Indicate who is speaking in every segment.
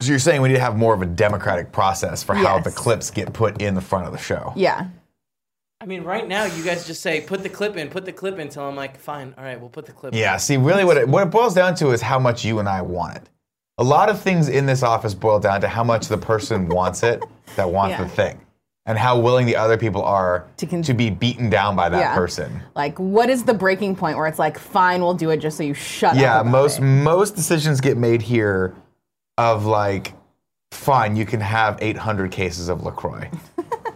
Speaker 1: So you're saying we need to have more of a democratic process for how the
Speaker 2: Yes.
Speaker 1: clips get put in the front of the show.
Speaker 2: Yeah.
Speaker 3: I mean, right now you guys just say put the clip in, put the clip in, until I'm like, fine, all right, we'll put the clip. in.
Speaker 1: Yeah, see, really what it, what it boils down to is how much you and I want it. A lot of things in this office boil down to how much the person wants it that wants
Speaker 2: Yeah.
Speaker 1: the thing and how willing the other people are to,
Speaker 2: To con-
Speaker 1: be beaten down by that
Speaker 2: Yeah.
Speaker 1: person.
Speaker 2: Like, what is the breaking point where it's like, fine, we'll do it just so you shut up?
Speaker 1: Yeah,
Speaker 2: about
Speaker 1: most
Speaker 2: it?
Speaker 1: most decisions get made here of like fine, you can have 800 cases of LaCroix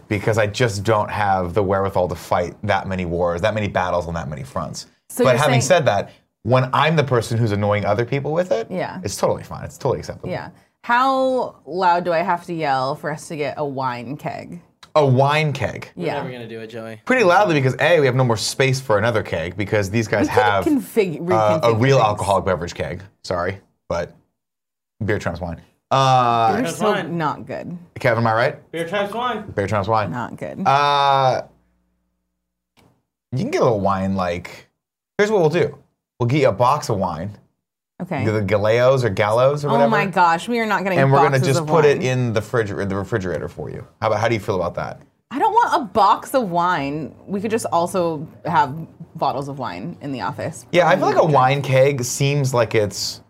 Speaker 1: because I just don't have the wherewithal to fight that many wars, that many battles on that many fronts.
Speaker 2: So
Speaker 1: but
Speaker 2: you're
Speaker 1: having
Speaker 2: saying-
Speaker 1: said that, when I'm the person who's annoying other people with it,
Speaker 2: Yeah.
Speaker 1: it's totally fine. It's totally acceptable.
Speaker 2: Yeah. How loud do I have to yell for us to get a wine keg?
Speaker 1: A wine keg.
Speaker 3: We're
Speaker 2: Yeah.
Speaker 3: never gonna do it, Joey.
Speaker 1: Pretty loudly because A, we have no more space for another keg because these guys have uh, a
Speaker 2: Config- reconfigure
Speaker 1: real
Speaker 2: things.
Speaker 1: alcoholic beverage keg. Sorry, but beer trumps wine. Uh,
Speaker 2: They're
Speaker 3: That's
Speaker 2: so
Speaker 3: fine.
Speaker 2: not good.
Speaker 1: Kevin, am I right?
Speaker 3: Beer times one.
Speaker 1: Beer Trumps wine.
Speaker 2: Not good.
Speaker 1: Uh, you can get a little wine. Like, here's what we'll do: we'll get you a box of wine,
Speaker 2: okay.
Speaker 1: the Galeos or Gallows or whatever,
Speaker 2: Oh my gosh, we are not getting.
Speaker 1: and we're gonna
Speaker 2: boxes
Speaker 1: just
Speaker 2: of
Speaker 1: put it
Speaker 2: wine.
Speaker 1: in the refrigerator, the refrigerator for you. How about how do you feel about that?
Speaker 2: I don't want a box of wine. We could just also have bottles of wine in the office.
Speaker 1: Yeah, I feel like a wine keg seems like it's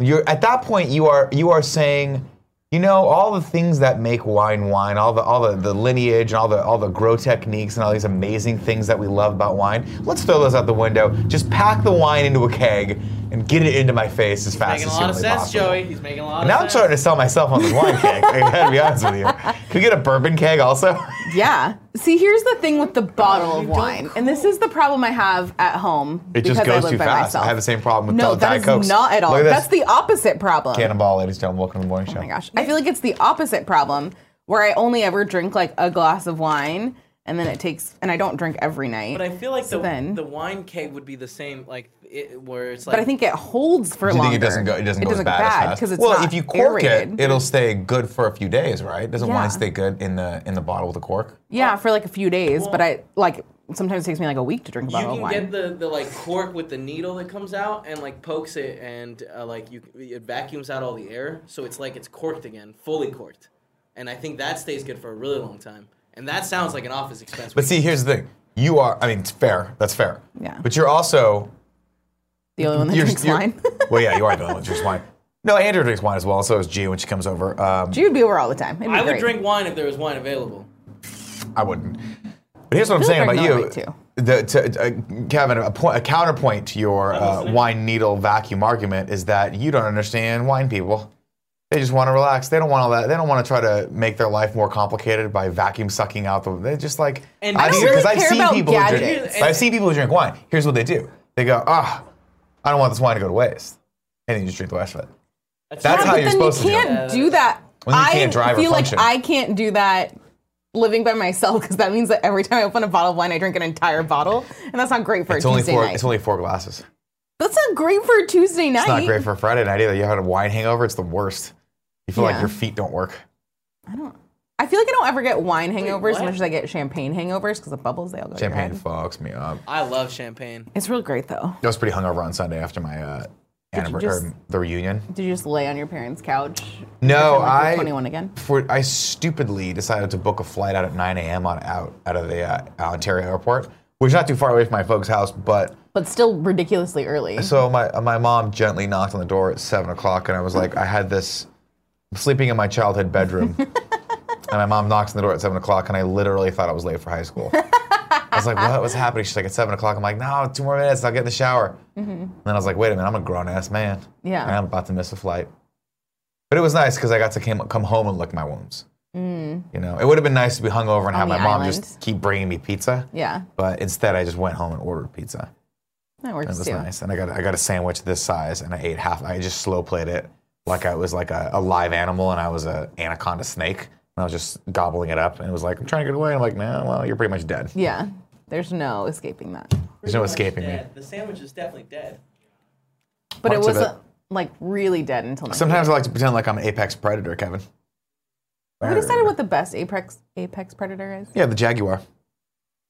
Speaker 1: you're at that point you are you are saying you know all the things that make wine wine all the all the, the lineage and all the all the grow techniques and all these amazing things that we love about wine let's throw those out the window just pack the wine into a keg and get it into my face as fast
Speaker 3: Making a
Speaker 1: as
Speaker 3: lot of
Speaker 1: humanly
Speaker 3: sense,
Speaker 1: possible
Speaker 3: Joey. He's making a lot
Speaker 1: now
Speaker 3: of
Speaker 1: I'm
Speaker 3: sense.
Speaker 1: starting to sell myself on this wine keg I gotta be honest with you can we get a bourbon keg also
Speaker 2: Yeah. See, here's the thing with the bottle of
Speaker 3: don't
Speaker 2: wine, and this is the problem I have at home.
Speaker 1: It just
Speaker 2: because I
Speaker 1: goes
Speaker 2: live
Speaker 1: too
Speaker 2: by
Speaker 1: fast.
Speaker 2: Myself.
Speaker 1: I have the same problem with
Speaker 2: No,
Speaker 1: Diet
Speaker 2: that is
Speaker 1: Cokes.
Speaker 2: not at all.
Speaker 1: Look at this.
Speaker 2: That's the opposite problem.
Speaker 1: cannonball ladies and gentlemen welcome to the morning show
Speaker 2: Oh my gosh. I feel like it's the opposite problem where I only ever drink like a glass of wine and then it takes and I don't drink every night.
Speaker 3: But I feel like the
Speaker 2: then-
Speaker 3: the wine keg would be the same, like it, where it's like.
Speaker 2: But I think it holds for
Speaker 1: Do you
Speaker 2: longer.
Speaker 1: think it doesn't go? It doesn't go as bad, as fast.
Speaker 2: because it's
Speaker 1: well,
Speaker 2: not
Speaker 1: if you cork
Speaker 2: aerated.
Speaker 1: it, it'll stay good for a few days, right? Doesn't
Speaker 2: Yeah.
Speaker 1: wine stay good in the in the bottle with a cork?
Speaker 2: yeah, for like a few days. but I like sometimes it takes me like a week to drink a
Speaker 3: you
Speaker 2: bottle of
Speaker 3: can
Speaker 2: wine.
Speaker 3: get the, the like cork with the needle that comes out and like pokes it and uh, like you it vacuums out all the air so it's like it's corked again fully corked and i think that stays good for a really long time and that sounds like an office expense
Speaker 1: But see, here's the thing: you are. I mean, it's fair. That's fair.
Speaker 2: Yeah.
Speaker 1: But you're also.
Speaker 2: the only one that
Speaker 1: you're,
Speaker 2: drinks
Speaker 1: you're-
Speaker 2: wine.
Speaker 1: well, yeah, you are the only one who drinks wine. No, Andrew drinks wine as well. So is G when she comes over. Um,
Speaker 2: You'd be over all the time. It'd be
Speaker 3: i would
Speaker 2: great.
Speaker 3: drink wine if there was wine available
Speaker 1: I wouldn't. But here's what I'm
Speaker 2: feel
Speaker 1: saying
Speaker 2: like
Speaker 1: about
Speaker 2: I know
Speaker 1: you,
Speaker 2: it too.
Speaker 1: the, to, uh, Kevin. A, point, a counterpoint to your uh, wine needle vacuum argument is that you don't understand wine people. They just want to relax. They don't want all that. They don't want to try to make their life more complicated by vacuum sucking out the. They just like
Speaker 3: And I
Speaker 1: I've
Speaker 3: don't
Speaker 1: seen-
Speaker 3: really
Speaker 1: I've
Speaker 2: care
Speaker 1: seen
Speaker 2: about
Speaker 1: people who drink.
Speaker 2: gadgets.
Speaker 1: but I've seen people who drink wine. Here's what they do. They go, ah, I don't want this wine to go to waste, and then you just drink the rest of it. That's
Speaker 2: Yeah,
Speaker 1: how
Speaker 2: but
Speaker 1: you're
Speaker 2: then you
Speaker 1: supposed to do it.
Speaker 2: can't do that.
Speaker 1: Well, then you
Speaker 2: I
Speaker 1: can't drive or
Speaker 2: feel like
Speaker 1: function.
Speaker 2: I can't do that living by myself because that means that every time I open a bottle of wine, I drink an entire bottle, and that's not great for
Speaker 1: It's
Speaker 2: a
Speaker 1: only
Speaker 2: Tuesday
Speaker 1: four.
Speaker 2: night.
Speaker 1: It's only four glasses.
Speaker 2: that's not great for a Tuesday night.
Speaker 1: It's not great for a Friday night either. You had a wine hangover. It's the worst. You feel like
Speaker 2: Yeah.
Speaker 1: your feet don't work.
Speaker 2: I feel like I don't ever get wine hangovers as
Speaker 3: what?
Speaker 2: much as I get champagne hangovers because the bubbles they all go. to your
Speaker 1: Champagne
Speaker 2: head.
Speaker 1: fucks me up.
Speaker 3: i love champagne
Speaker 2: It's real great though.
Speaker 1: I was pretty hungover on Sunday after my uh, anniversary,
Speaker 2: just-
Speaker 1: or the reunion.
Speaker 2: Did you just lay on your parents' couch?
Speaker 1: No,
Speaker 2: Pretend like you're
Speaker 1: Oh, I
Speaker 2: 21 again.
Speaker 1: For, I stupidly decided to book a flight out at 9 a.m. on out out of the uh, Ontario airport, which is not too far away from my folks' house. But
Speaker 2: But still ridiculously early.
Speaker 1: so my my mom gently knocked on the door at seven o'clock, and I was like, I had this sleeping in my childhood bedroom, and my mom knocks on the door at seven o'clock, and I literally thought I was late for high school. I was like, what was happening? She's like, it's seven o'clock. I'm like, no, two more minutes. I'll get in the shower. And then I was like, wait a minute, I'm a grown ass man.
Speaker 2: Mm-hmm. Yeah.
Speaker 1: And I'm about to miss a flight. But it was nice because I got to came, come home and lick my wounds. You know, it would have been nice to be hungover and have my
Speaker 2: Mm. the
Speaker 1: mom
Speaker 2: island.
Speaker 1: just keep bringing me pizza.
Speaker 2: Yeah,
Speaker 1: But instead, I just went home and ordered pizza.
Speaker 2: that
Speaker 1: It
Speaker 2: works
Speaker 1: was
Speaker 2: too.
Speaker 1: nice. And I got I got a sandwich this size, and I ate half. I just slow played it like I was like a, a live animal, and I was a anaconda snake. And I was just gobbling it up, and it was like I'm trying to get away. And I'm like, no, well, you're pretty much dead.
Speaker 2: Yeah, there's no escaping that.
Speaker 1: There's no escaping me.
Speaker 3: the sandwich is definitely dead
Speaker 2: But it
Speaker 1: Parts of
Speaker 2: wasn't
Speaker 1: it.
Speaker 2: like really dead until now.
Speaker 1: Sometimes I like to pretend like I'm an apex predator, Kevin.
Speaker 2: we decided what the best apex apex predator is.
Speaker 1: Yeah, the jaguar.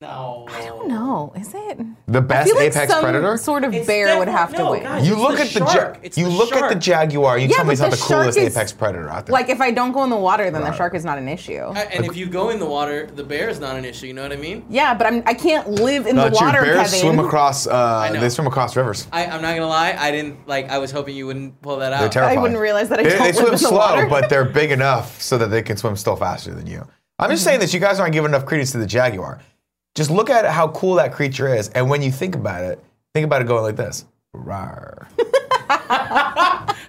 Speaker 3: No. I don't
Speaker 2: No, is it?
Speaker 1: The best apex predator.
Speaker 2: sort of bear would have to win.
Speaker 1: you look at the, ja- you look at the jaguar. You
Speaker 2: Yeah,
Speaker 1: tell me
Speaker 2: but
Speaker 1: it's not
Speaker 2: the
Speaker 1: the coolest
Speaker 2: shark is-
Speaker 1: apex predator out there.
Speaker 2: Like if I don't go in the water, then the shark is not an issue.
Speaker 3: And if you go in the water, the bear is not an issue. You know what I mean?
Speaker 2: Yeah, but I'm I can't live in
Speaker 1: No,
Speaker 2: the
Speaker 1: it's true.
Speaker 2: water,
Speaker 1: Uh, Bears
Speaker 2: Kevin.
Speaker 1: swim across. Uh,
Speaker 3: know.
Speaker 1: they swim across rivers.
Speaker 3: I, I'm not gonna lie. I didn't like. I was hoping you wouldn't pull that out.
Speaker 1: They're terrifying.
Speaker 2: wouldn't realize that I
Speaker 1: They,
Speaker 2: don't
Speaker 1: they
Speaker 2: live
Speaker 1: swim
Speaker 2: in the
Speaker 1: slow,
Speaker 2: water.
Speaker 1: but they're big enough so that they can swim still faster than you. I'm just
Speaker 2: Mm-hmm.
Speaker 1: saying this. You guys aren't giving enough credence to the jaguar. Just look at how cool that creature is, and when you think about it, think about it going like this. Rawr.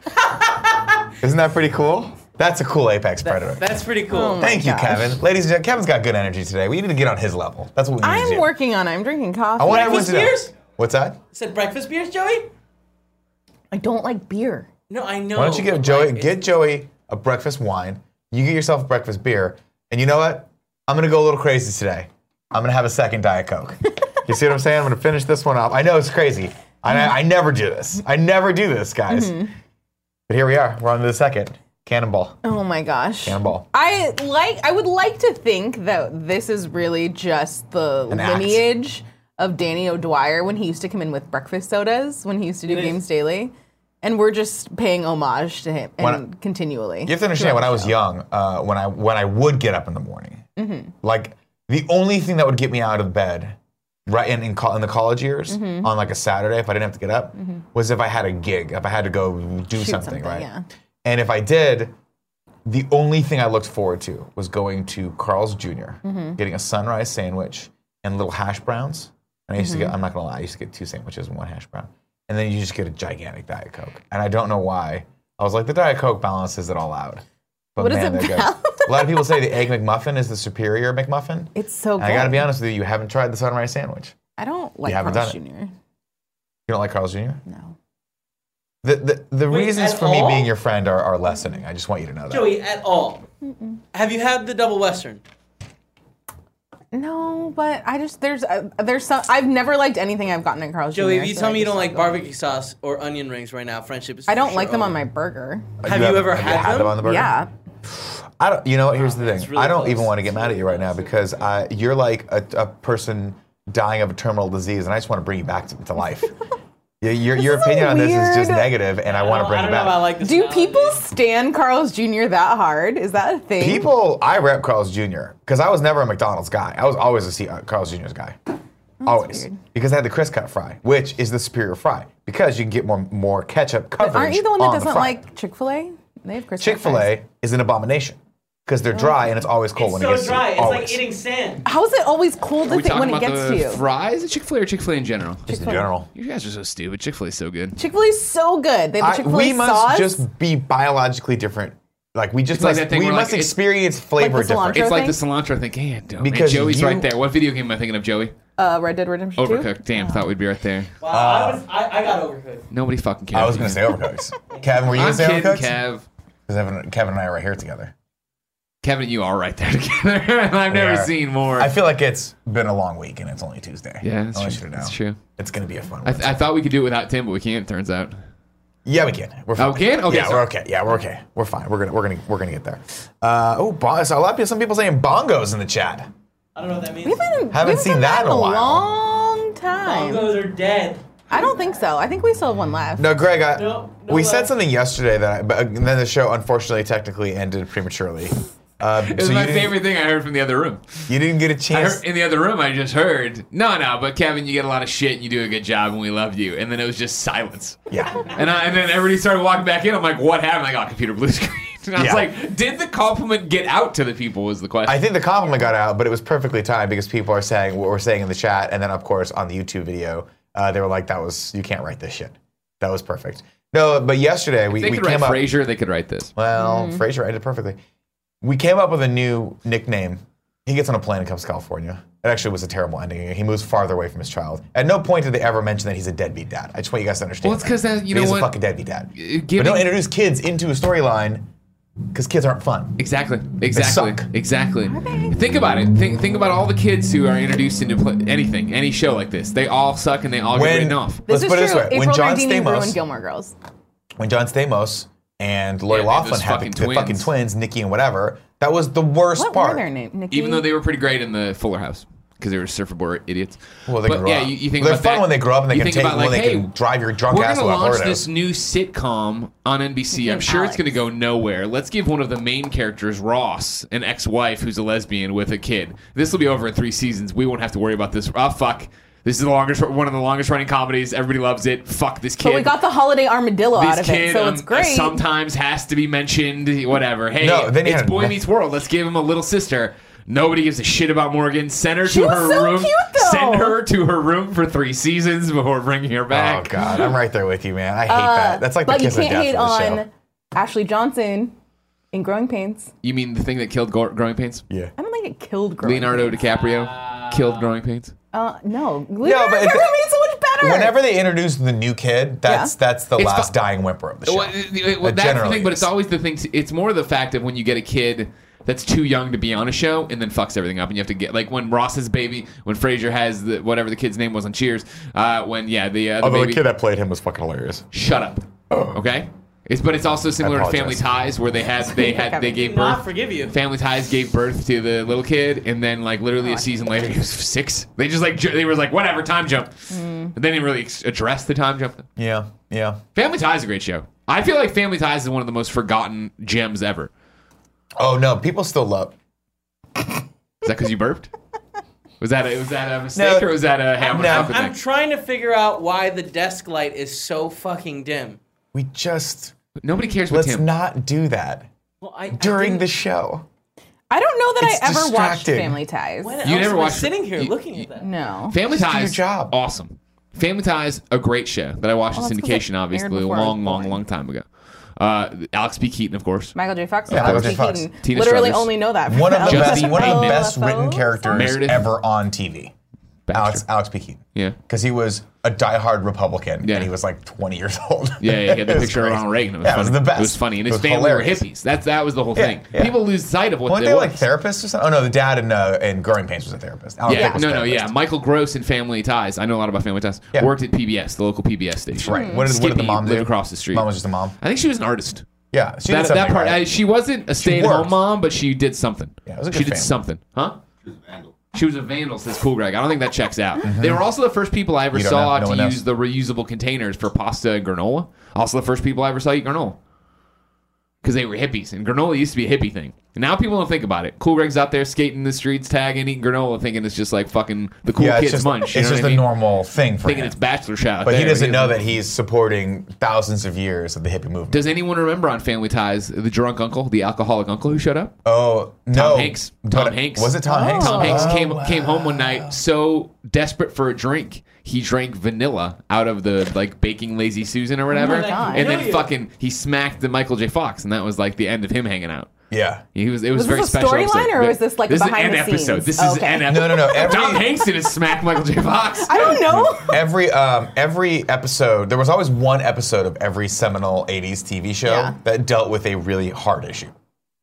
Speaker 1: Isn't that pretty cool? That's a cool apex predator.
Speaker 3: That's pretty cool.
Speaker 2: Oh my
Speaker 1: Thank you,
Speaker 2: gosh.
Speaker 1: Kevin. Ladies and gentlemen, Kevin's got good energy today. We need to get on his level. That's what we need to do.
Speaker 2: I'm working on it. I'm drinking coffee.
Speaker 1: I want everyone
Speaker 3: Breakfast
Speaker 1: to know.
Speaker 3: beers?
Speaker 1: What's that?
Speaker 3: Said breakfast beers, Joey?
Speaker 2: I don't like beer.
Speaker 3: No, Oh, I know.
Speaker 1: Why don't you give
Speaker 3: but,
Speaker 1: Joey
Speaker 3: like,
Speaker 1: get Joey a breakfast wine? You get yourself a breakfast beer, and you know what? I'm gonna go a little crazy today. I'm gonna have a second diet coke. you see what I'm saying? I'm gonna finish this one off. I know it's crazy. I, I never do this. I never do this, guys. But here we are. We're on to the second cannonball.
Speaker 2: Oh my gosh.
Speaker 1: Cannonball.
Speaker 2: I like. I would like to think that this is really just the
Speaker 1: act.
Speaker 2: lineage of Danny O'Dwyer when he used to come in with breakfast sodas when he used to do
Speaker 3: It is.
Speaker 2: games daily, and we're just paying homage to him
Speaker 1: Why
Speaker 2: and continually.
Speaker 1: You have to understand when I was young, uh, when I when I would get up in the morning,
Speaker 2: Mm-hmm.
Speaker 1: like the only thing that would get me out of bed, right in in, co- in the college years,
Speaker 2: Mm-hmm.
Speaker 1: on like a Saturday if I didn't have to get up, was if I had a gig, if I had to go do something,
Speaker 2: something,
Speaker 1: right?
Speaker 2: yeah.
Speaker 1: And if I did, the only thing I looked forward to was going to Carl's junior
Speaker 2: Mm-hmm.
Speaker 1: getting a sunrise sandwich and little hash browns. And I used
Speaker 2: Mm-hmm.
Speaker 1: to get, I'm not gonna lie, I used to get two sandwiches and one hash brown. And then you just get a gigantic Diet Coke. And I don't know why. I was like, the Diet Coke balances it all out. But
Speaker 2: What does it
Speaker 1: they're
Speaker 2: balance?
Speaker 1: good. A lot of people say the Egg McMuffin is the superior McMuffin.
Speaker 2: It's so
Speaker 1: and
Speaker 2: good.
Speaker 1: I gotta be honest with you, you haven't tried the sunrise sandwich.
Speaker 2: I don't like
Speaker 1: haven't
Speaker 2: Carl's Jr.
Speaker 1: done You don't like Carl's Jr.?
Speaker 2: No.
Speaker 1: The, the, the
Speaker 3: Wait,
Speaker 1: reasons
Speaker 3: at
Speaker 1: for
Speaker 3: all?
Speaker 1: me being your friend are, are lessening. I just want you to know that.
Speaker 3: Joey at all. Have you had the double western?
Speaker 2: No, but I just there's uh, there's some I've never liked anything I've gotten at Carl's
Speaker 3: Joey,
Speaker 2: Jr.
Speaker 3: if you
Speaker 2: so
Speaker 3: tell
Speaker 2: I
Speaker 3: me you
Speaker 2: just-
Speaker 3: don't like barbecue sauce or onion rings right now, friendship is.
Speaker 2: I don't like them on my burger.
Speaker 3: Have you ever had them?
Speaker 1: on the burger?
Speaker 2: Yeah.
Speaker 1: I don't. You know what? Here's the thing.
Speaker 3: really
Speaker 1: I don't
Speaker 3: close.
Speaker 1: even want to get
Speaker 3: It's
Speaker 1: mad at you right now because I, you're like a, a person dying of a terminal disease, and I just want to bring you back to, to life. your your, your
Speaker 2: a
Speaker 1: opinion on this is just
Speaker 2: weird-
Speaker 1: negative, and I, want to
Speaker 3: I
Speaker 1: bring
Speaker 3: don't
Speaker 1: it
Speaker 3: know
Speaker 1: back.
Speaker 3: if I like this.
Speaker 2: Do
Speaker 3: analogy.
Speaker 2: people stand Carl's Jr. that hard? Is that a thing?
Speaker 1: People, I rep Carl's Jr. because I was never a McDonald's guy. I was always a C- uh, Carl's Jr.'s guy. always
Speaker 2: weird.
Speaker 1: because I had the crisp cut fry, which is the superior fry because you can get more more ketchup coverage.
Speaker 2: Aren't you the one that
Speaker 1: on
Speaker 2: doesn't
Speaker 1: fry.
Speaker 2: like Chick Fil A? They have Christmas.
Speaker 1: Chick Fil
Speaker 2: fries. Oh.
Speaker 1: A? Is an abomination because they're dry and it's always cold when it gets to you. Always.
Speaker 3: sand.
Speaker 2: How is it always cold
Speaker 4: Are we
Speaker 2: if it,
Speaker 4: talking
Speaker 2: when it
Speaker 4: about
Speaker 2: gets
Speaker 4: the
Speaker 2: to you?
Speaker 4: fries at Chick Fil A or Chick Fil A in general?
Speaker 1: Just in general.
Speaker 4: You guys are so stupid. Chick Fil A is so good.
Speaker 2: Chick Fil A's so good. They have
Speaker 1: I,
Speaker 2: the Chick Fil
Speaker 1: we
Speaker 2: A
Speaker 1: must
Speaker 2: sauce.
Speaker 1: just be biologically different. Like we just
Speaker 4: like
Speaker 1: must,
Speaker 4: that thing
Speaker 1: we
Speaker 4: where,
Speaker 1: must
Speaker 4: like, it's-
Speaker 1: experience flavor
Speaker 2: Like the cilantro.
Speaker 1: different.
Speaker 4: It's like the
Speaker 2: thing?
Speaker 4: cilantro thing. Yeah, don't. man.
Speaker 1: Because
Speaker 4: Joey's
Speaker 1: you-
Speaker 4: right there. What video game am I thinking of, Joey?
Speaker 2: uh, Red Dead Redemption 2.
Speaker 4: Overcooked. Damn, thought we'd be right there.
Speaker 3: Wow,
Speaker 1: Uh,
Speaker 3: I, was, I, I got overcooked.
Speaker 4: Nobody fucking cares.
Speaker 1: I was gonna say overcooked. Kevin, were you gonna
Speaker 4: I'm
Speaker 1: say
Speaker 4: kidding,
Speaker 1: overcooked?
Speaker 4: Kev.
Speaker 1: Because Kevin, Kevin and I are right here together.
Speaker 4: Kevin, you are right there together. and I've never
Speaker 1: are.
Speaker 4: seen more.
Speaker 1: I feel like it's been a long week and it's only Tuesday.
Speaker 4: yeah,
Speaker 1: I want
Speaker 4: that's
Speaker 1: you
Speaker 4: true.
Speaker 1: to know.
Speaker 4: That's true.
Speaker 1: It's gonna be a fun.
Speaker 4: I,
Speaker 1: one.
Speaker 4: th- I thought we could do it without Tim, but we can't. Turns out.
Speaker 1: yeah, we can. We're fine.
Speaker 4: we can? Okay,
Speaker 1: yeah,
Speaker 4: so-
Speaker 1: we're okay. Yeah, we're okay. We're fine. We're gonna we're gonna we're gonna get there. Uh, oh, bon- so a lot of people, some people saying bongos in the chat.
Speaker 3: I don't know what that means.
Speaker 2: We haven't, we
Speaker 1: Haven't seen
Speaker 2: done
Speaker 1: that in a while.
Speaker 2: long time.
Speaker 3: are dead.
Speaker 2: I don't think so. I think we still have one left.
Speaker 1: No, Greg, I,
Speaker 3: No, no
Speaker 1: we
Speaker 3: way.
Speaker 1: said something yesterday that, I, but uh, then the show unfortunately technically ended prematurely. Uh,
Speaker 4: It was
Speaker 1: so
Speaker 4: my
Speaker 1: you didn't-
Speaker 4: favorite thing I heard from the other room.
Speaker 1: You didn't get a
Speaker 4: I
Speaker 1: chance.
Speaker 4: heard, in the other room, I just heard, no, no, but Kevin, you get a lot of shit and you do a good job and we love you. And then it was just silence.
Speaker 1: yeah.
Speaker 4: And, I, and then everybody started walking back in. I'm like, what happened? I got computer blue screen. And I was
Speaker 1: Yeah.
Speaker 4: like, did the compliment get out to the people? Was the question.
Speaker 1: I think the compliment got out, but it was perfectly timed because people are saying what we're saying in the chat, and then of course on the YouTube video, uh, they were like, "That was you can't write this shit." That was perfect. No, but yesterday we,
Speaker 4: they
Speaker 1: we
Speaker 4: could write
Speaker 1: came up.
Speaker 4: Frasier, they could write this.
Speaker 1: Well,
Speaker 4: Mm.
Speaker 1: Fraser did it perfectly. We came up with a new nickname. He gets on a plane and comes to California. It actually was a terrible ending. He moves farther away from his child. At no point did they ever mention that he's a deadbeat dad. I just want you guys to understand.
Speaker 4: Well, it's 'cause that- you
Speaker 1: But
Speaker 4: know
Speaker 1: he's
Speaker 4: what? Uh,
Speaker 1: a fucking deadbeat dad.
Speaker 4: giving-
Speaker 1: But don't introduce kids into a storyline because kids aren't fun.
Speaker 4: Exactly. Exactly.
Speaker 1: suck.
Speaker 4: Exactly. Think about it. Think think about all the kids who are introduced into pl- anything, any show like this. They all suck and they all get
Speaker 1: When-
Speaker 4: written off.
Speaker 1: let's
Speaker 2: this is
Speaker 1: put it
Speaker 2: true.
Speaker 1: this way.
Speaker 2: April
Speaker 1: When John
Speaker 2: Nardini
Speaker 1: Stamos-
Speaker 2: ruined Gilmore Girls.
Speaker 1: when John Stamos and Lori
Speaker 4: Yeah,
Speaker 1: Laughlin
Speaker 4: those
Speaker 1: had
Speaker 4: fucking
Speaker 1: the, the fucking
Speaker 4: twins.
Speaker 1: twins, Nikki and whatever, that was the worst
Speaker 2: What
Speaker 1: part.
Speaker 2: were their names? Nikki?
Speaker 4: Even though they were pretty great in the Fuller House. because they were surferboard idiots.
Speaker 1: Well, they
Speaker 4: but
Speaker 1: grow
Speaker 4: yeah,
Speaker 1: up.
Speaker 4: You, you think
Speaker 1: They're
Speaker 4: about
Speaker 1: fun
Speaker 4: that.
Speaker 1: when they grow up and they
Speaker 4: You
Speaker 1: can take-
Speaker 4: think about,
Speaker 1: when
Speaker 4: like,
Speaker 1: they
Speaker 4: hey,
Speaker 1: can drive your drunk
Speaker 4: we're
Speaker 1: ass
Speaker 4: gonna
Speaker 1: to Alberta.
Speaker 4: launch this new sitcom on NBC. I'm
Speaker 2: His
Speaker 4: sure
Speaker 2: name
Speaker 4: it's going
Speaker 2: Alex.
Speaker 4: to go nowhere. Let's give one of the main characters, Ross, an ex-wife who's a lesbian with a kid. This will be over in three seasons. We won't have to worry about this. Oh fuck. This is the longest, one of the longest running comedies. Everybody loves it. Fuck this kid.
Speaker 2: But we got the holiday armadillo
Speaker 4: this
Speaker 2: out of
Speaker 4: kid
Speaker 2: it, so
Speaker 4: um,
Speaker 2: it's great.
Speaker 4: sometimes has to be mentioned. Whatever. Hey,
Speaker 1: No, then you
Speaker 4: it's
Speaker 1: had-
Speaker 4: Boy Meets World. Let's give him a little sister. Nobody gives a shit about Morgan. Send her to
Speaker 2: was
Speaker 4: her
Speaker 2: so
Speaker 4: room.
Speaker 2: cute, though.
Speaker 4: Send her to her room for three seasons before bringing her
Speaker 1: Oh
Speaker 4: back.
Speaker 1: god, I'm right there with you, man. I hate that. That's like the
Speaker 2: Uh, but you
Speaker 1: kiss of
Speaker 2: can't
Speaker 1: death of
Speaker 2: hate
Speaker 1: the
Speaker 2: on
Speaker 1: show.
Speaker 2: Ashley Johnson in Growing Pains.
Speaker 4: You mean the thing that killed gro- Growing Pains?
Speaker 1: Yeah.
Speaker 2: I don't think it killed Growing.
Speaker 4: Leonardo
Speaker 2: Pains.
Speaker 4: DiCaprio killed Growing Pains.
Speaker 2: Uh, no, Leonardo
Speaker 1: but
Speaker 2: DiCaprio
Speaker 1: it's-
Speaker 2: made it so much better.
Speaker 1: Whenever they introduce the new kid, that's
Speaker 2: Yeah.
Speaker 1: that's the
Speaker 4: It's
Speaker 1: last
Speaker 4: fu-
Speaker 1: dying whimper of the show.
Speaker 4: Well, it- it- well,
Speaker 1: It
Speaker 4: that's the
Speaker 1: uh, generally
Speaker 4: thing, but it's
Speaker 1: is.
Speaker 4: always the thing. t- It's more the fact of when you get a kid that's too young to be on a show and then fucks everything up, and you have to get like when Ross's baby, when Frasier has the whatever the kid's name was on Cheers, uh, when yeah the, uh, the
Speaker 1: Although
Speaker 4: baby
Speaker 1: the kid that played him was fucking hilarious.
Speaker 4: shut up, okay. It's but it's also similar to Family
Speaker 1: apologize.
Speaker 4: Ties where they had they had they gave
Speaker 3: Not
Speaker 4: birth.
Speaker 3: forgive you.
Speaker 4: Family Ties gave birth to the little kid, and then like literally a season later, he was six. They just like ju- they were like whatever time jump. They didn't really ex- address the time jump.
Speaker 1: Yeah, yeah.
Speaker 4: Family Ties is a great show. I feel like Family Ties is one of the most forgotten gems ever.
Speaker 1: Oh no, people still love.
Speaker 4: Is that because you burped? Was that a, was that a mistake
Speaker 1: No.
Speaker 4: or was that a hammer?
Speaker 1: No.
Speaker 4: No,
Speaker 3: I'm trying to figure out why the desk light is so fucking dim.
Speaker 1: We just
Speaker 4: Nobody cares about
Speaker 1: let's
Speaker 4: Tim.
Speaker 1: not do that
Speaker 3: Well, I, I
Speaker 1: during
Speaker 3: didn't-
Speaker 1: the show.
Speaker 2: I don't know that
Speaker 1: It's
Speaker 2: I ever watched
Speaker 1: distracting.
Speaker 2: Family Ties.
Speaker 3: When
Speaker 4: You
Speaker 3: else
Speaker 4: never
Speaker 3: am I
Speaker 4: watched-
Speaker 3: sitting here
Speaker 4: you-
Speaker 3: looking
Speaker 4: you-
Speaker 3: at that.
Speaker 2: No.
Speaker 4: Family
Speaker 1: Just do
Speaker 4: Ties,
Speaker 1: your job.
Speaker 4: awesome. Family Ties, a great show that I watched
Speaker 2: Well,
Speaker 4: in
Speaker 2: that's 'cause it
Speaker 4: syndication,
Speaker 2: aired
Speaker 4: obviously, a
Speaker 2: before I was
Speaker 4: long, long,
Speaker 2: born.
Speaker 4: long time ago. Uh, Alex B. Keaton, of course.
Speaker 2: Michael J. Fox.
Speaker 1: Michael
Speaker 2: J.
Speaker 1: J. Fox.
Speaker 4: Tina
Speaker 2: Literally
Speaker 4: Struthers.
Speaker 2: only know that. from
Speaker 1: One of the
Speaker 4: Just
Speaker 1: best,
Speaker 4: be
Speaker 1: one of the
Speaker 4: Meredith.
Speaker 1: best written
Speaker 2: LFO?
Speaker 1: characters
Speaker 4: Meredith.
Speaker 1: ever on TV. Alex
Speaker 4: Baxter.
Speaker 1: Alex P. Keaton.
Speaker 4: Yeah.
Speaker 1: Because he was a diehard Republican
Speaker 4: Yeah.
Speaker 1: and he was like 20 years old.
Speaker 4: Yeah, yeah, he had
Speaker 1: It
Speaker 4: the
Speaker 1: was
Speaker 4: picture of
Speaker 1: crazy.
Speaker 4: Ronald Reagan. It was,
Speaker 1: yeah,
Speaker 4: funny.
Speaker 1: it was the best.
Speaker 4: funny. And
Speaker 1: It was
Speaker 4: his family
Speaker 1: hilarious.
Speaker 4: were hippies. That's that was the whole thing.
Speaker 1: yeah.
Speaker 4: People lose sight of what
Speaker 1: Weren't
Speaker 4: they,
Speaker 1: they
Speaker 4: were.
Speaker 1: like therapists or something? Oh no, the dad in uh, in Growing Pains was a therapist. Alan
Speaker 4: yeah,
Speaker 1: Thicke was
Speaker 4: no,
Speaker 1: a
Speaker 4: no, yeah.
Speaker 1: therapist.
Speaker 4: Michael Gross in Family Ties. I know a lot about Family Ties.
Speaker 1: Yeah.
Speaker 4: Worked at PBS, the local PBS station.
Speaker 1: Right. What did, what did the
Speaker 4: Skippy
Speaker 1: mom do?
Speaker 4: lived across the street.
Speaker 1: Mom was just a mom.
Speaker 4: I think she was an artist.
Speaker 1: Yeah, she
Speaker 4: That,
Speaker 1: did
Speaker 4: that
Speaker 1: something
Speaker 4: part,
Speaker 1: right.
Speaker 4: I, she wasn't a stay-at-home
Speaker 1: worked.
Speaker 4: mom, but she did something.
Speaker 1: Yeah, it was a good
Speaker 4: she did
Speaker 1: family.
Speaker 4: something, huh? She was a vandal, says Cool Greg. I don't think that checks out. They were also the first people I ever
Speaker 1: Mm-hmm. You don't
Speaker 4: saw
Speaker 1: know- no
Speaker 4: to
Speaker 1: one knows.
Speaker 4: use the reusable containers for pasta and granola. Also, the first people I ever saw eat granola because they were hippies, and granola used to be a hippie thing. And now people don't think about it. Cool Greg's out there skating the streets, tagging, eating granola, thinking it's just like fucking the cool
Speaker 1: yeah,
Speaker 4: kids
Speaker 1: it's just,
Speaker 4: munch. You
Speaker 1: it's
Speaker 4: know
Speaker 1: just
Speaker 4: what I
Speaker 1: a
Speaker 4: mean?
Speaker 1: normal thing for
Speaker 4: Thinking
Speaker 1: him.
Speaker 4: it's bachelor shot. out
Speaker 1: But he
Speaker 4: there.
Speaker 1: doesn't know that he's supporting thousands of years of the hippie movement.
Speaker 4: Does anyone remember on Family Ties the drunk uncle, the alcoholic uncle who showed up?
Speaker 1: oh no,
Speaker 4: Hanks. Tom
Speaker 1: But-
Speaker 4: Hanks.
Speaker 1: Was it Tom Hanks?
Speaker 4: Tom Hanks came
Speaker 1: Oh, wow.
Speaker 4: came home one night so desperate for a drink, he drank vanilla out of the like baking lazy Susan or whatever,
Speaker 2: Oh my God.
Speaker 4: and
Speaker 3: I
Speaker 4: then
Speaker 3: know you.
Speaker 4: fucking he smacked the Michael J. Fox, and that was like the end of him hanging out.
Speaker 1: Yeah.
Speaker 4: He was it was,
Speaker 2: Was
Speaker 4: very
Speaker 2: this a
Speaker 4: special.
Speaker 2: storyline,
Speaker 4: episode.
Speaker 2: or was this, like,
Speaker 4: this
Speaker 2: behind
Speaker 4: is an
Speaker 2: the
Speaker 4: episode?
Speaker 2: scenes? Oh,
Speaker 4: This is
Speaker 2: Okay.
Speaker 4: an episode.
Speaker 1: No, no, no. Every,
Speaker 4: Tom Hanks didn't smack Michael J. Fox.
Speaker 2: I don't know.
Speaker 1: every um, every episode, there was always one episode of every seminal '80s TV show
Speaker 2: Yeah.
Speaker 1: that dealt with a really hard issue.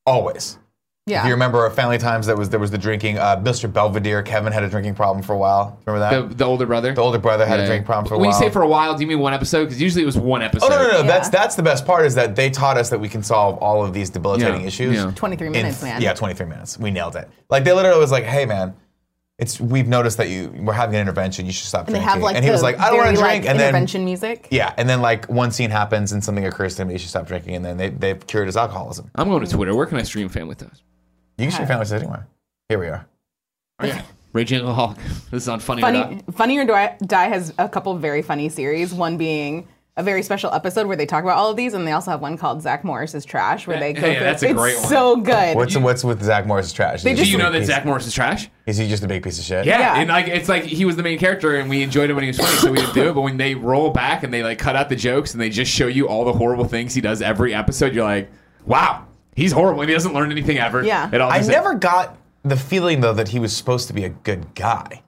Speaker 1: Always.
Speaker 2: Yeah.
Speaker 1: If you remember a Family Times, that was there was the drinking. Uh, Mr. Belvedere, Kevin had a drinking problem for a while. Remember that?
Speaker 4: The, the older brother.
Speaker 1: The older brother had a drink problem for a
Speaker 4: when
Speaker 1: while.
Speaker 4: you say for a while, do you mean one episode? Because usually it was one episode.
Speaker 1: oh no, no, no!
Speaker 2: Yeah.
Speaker 1: That's that's the best part is that they taught us that we can solve all of these debilitating
Speaker 4: Yeah,
Speaker 1: issues.
Speaker 4: yeah.
Speaker 2: 23
Speaker 1: in-
Speaker 2: minutes, man.
Speaker 1: Yeah, 23 minutes. We nailed it. Like they literally was like, "Hey, man." It's we've noticed that you we're having an intervention. You should stop
Speaker 2: And they
Speaker 1: drinking.
Speaker 2: have like
Speaker 1: and he
Speaker 2: the
Speaker 1: was like, "I don't
Speaker 2: very,
Speaker 1: want to
Speaker 2: like,
Speaker 1: drink." and then
Speaker 2: intervention music.
Speaker 1: Yeah, and then like one scene happens and something occurs to him, that he should stop drinking, and then they, they've cured his alcoholism.
Speaker 4: I'm going to Twitter. Where can I stream Family Ties?
Speaker 1: You can shoot families anywhere. Here we are.
Speaker 4: Oh, yeah. Raging Alcoholic. This is on Funny, or Not.
Speaker 2: Funny, Funny or Die Die has a couple of very funny series. One being a very special episode where they talk about all of these, and they also have one called Zach Morris's Trash, where they go
Speaker 4: Hey,
Speaker 2: through.
Speaker 4: that's a
Speaker 2: it's
Speaker 4: great one.
Speaker 2: so good.
Speaker 1: What's what's with Zach Morris's trash? Is he
Speaker 4: Do
Speaker 2: just-
Speaker 1: a
Speaker 4: you know
Speaker 1: big
Speaker 4: that
Speaker 1: piece-
Speaker 4: Zach Morris is trash?
Speaker 1: Is he just a big piece of shit?
Speaker 4: Yeah,
Speaker 2: Yeah.
Speaker 4: and like it's like he was the main character, and we enjoyed him when he was funny, so we didn't do it. But when they roll back and they like cut out the jokes and they just show you all the horrible things he does every episode, you're like, wow, he's horrible, and he doesn't learn anything ever.
Speaker 2: Yeah.
Speaker 4: it all
Speaker 1: I
Speaker 4: just-
Speaker 1: never got the feeling though that he was supposed to be a good guy.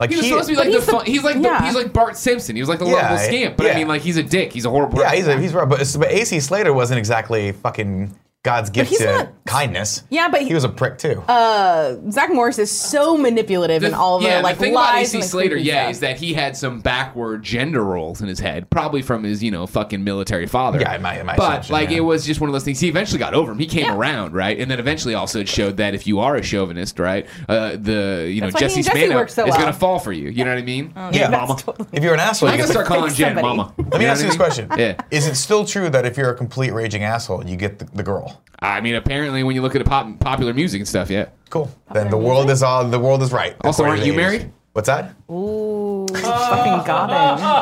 Speaker 1: Like
Speaker 4: He was supposed to be like
Speaker 2: But
Speaker 4: the
Speaker 2: he's the-
Speaker 4: fun, he's like the,
Speaker 2: yeah.
Speaker 4: he's like Bart Simpson. He was like the
Speaker 1: Yeah,
Speaker 4: lovable
Speaker 1: I-
Speaker 4: scamp, but I
Speaker 1: yeah.
Speaker 4: mean like he's a dick. He's a horrible.
Speaker 1: yeah, he's a, he's right, but but AC Slater wasn't exactly fucking God's gift
Speaker 2: he's
Speaker 1: to
Speaker 2: not-
Speaker 1: kindness.
Speaker 2: Yeah, but he- Uh,
Speaker 1: he was a prick too.
Speaker 2: Zach Morris is so manipulative in all the
Speaker 4: yeah,
Speaker 2: like
Speaker 4: the thing about
Speaker 2: lies
Speaker 4: AC
Speaker 2: and the
Speaker 4: Slater,
Speaker 2: creepy
Speaker 4: yeah,
Speaker 2: stuff.
Speaker 4: is that he had some backward gender roles in his head, probably from his you know fucking military father.
Speaker 1: Yeah, my- my
Speaker 4: but
Speaker 1: assumption,
Speaker 4: like
Speaker 1: yeah.
Speaker 4: it was just one of those things. He eventually got over him. He came around, right? And then eventually also it showed that if you are a chauvinist, right, uh, the you know
Speaker 2: That's why he
Speaker 4: Jesse
Speaker 2: and Jesse
Speaker 4: Spano
Speaker 2: worked so
Speaker 4: is
Speaker 2: well. Oh,
Speaker 4: gonna fall for you. You know what I mean?
Speaker 1: yeah,
Speaker 4: mama.
Speaker 1: If you're an asshole,
Speaker 4: I
Speaker 1: you get
Speaker 4: gotta
Speaker 1: the
Speaker 4: start calling
Speaker 2: Pick
Speaker 4: Jen
Speaker 2: somebody.
Speaker 4: mama.
Speaker 1: Let me ask you this question.
Speaker 4: Yeah.
Speaker 1: Is it still true that if you're a complete raging asshole, you get the, the girl?
Speaker 4: I mean, apparently when you look at pop, popular music and stuff, yeah.
Speaker 1: Cool. then the world is all the world is right.
Speaker 4: Also,
Speaker 1: according
Speaker 4: aren't
Speaker 1: to
Speaker 4: you
Speaker 1: the 80s.
Speaker 4: married?
Speaker 1: What's that?
Speaker 2: Ooh, fucking got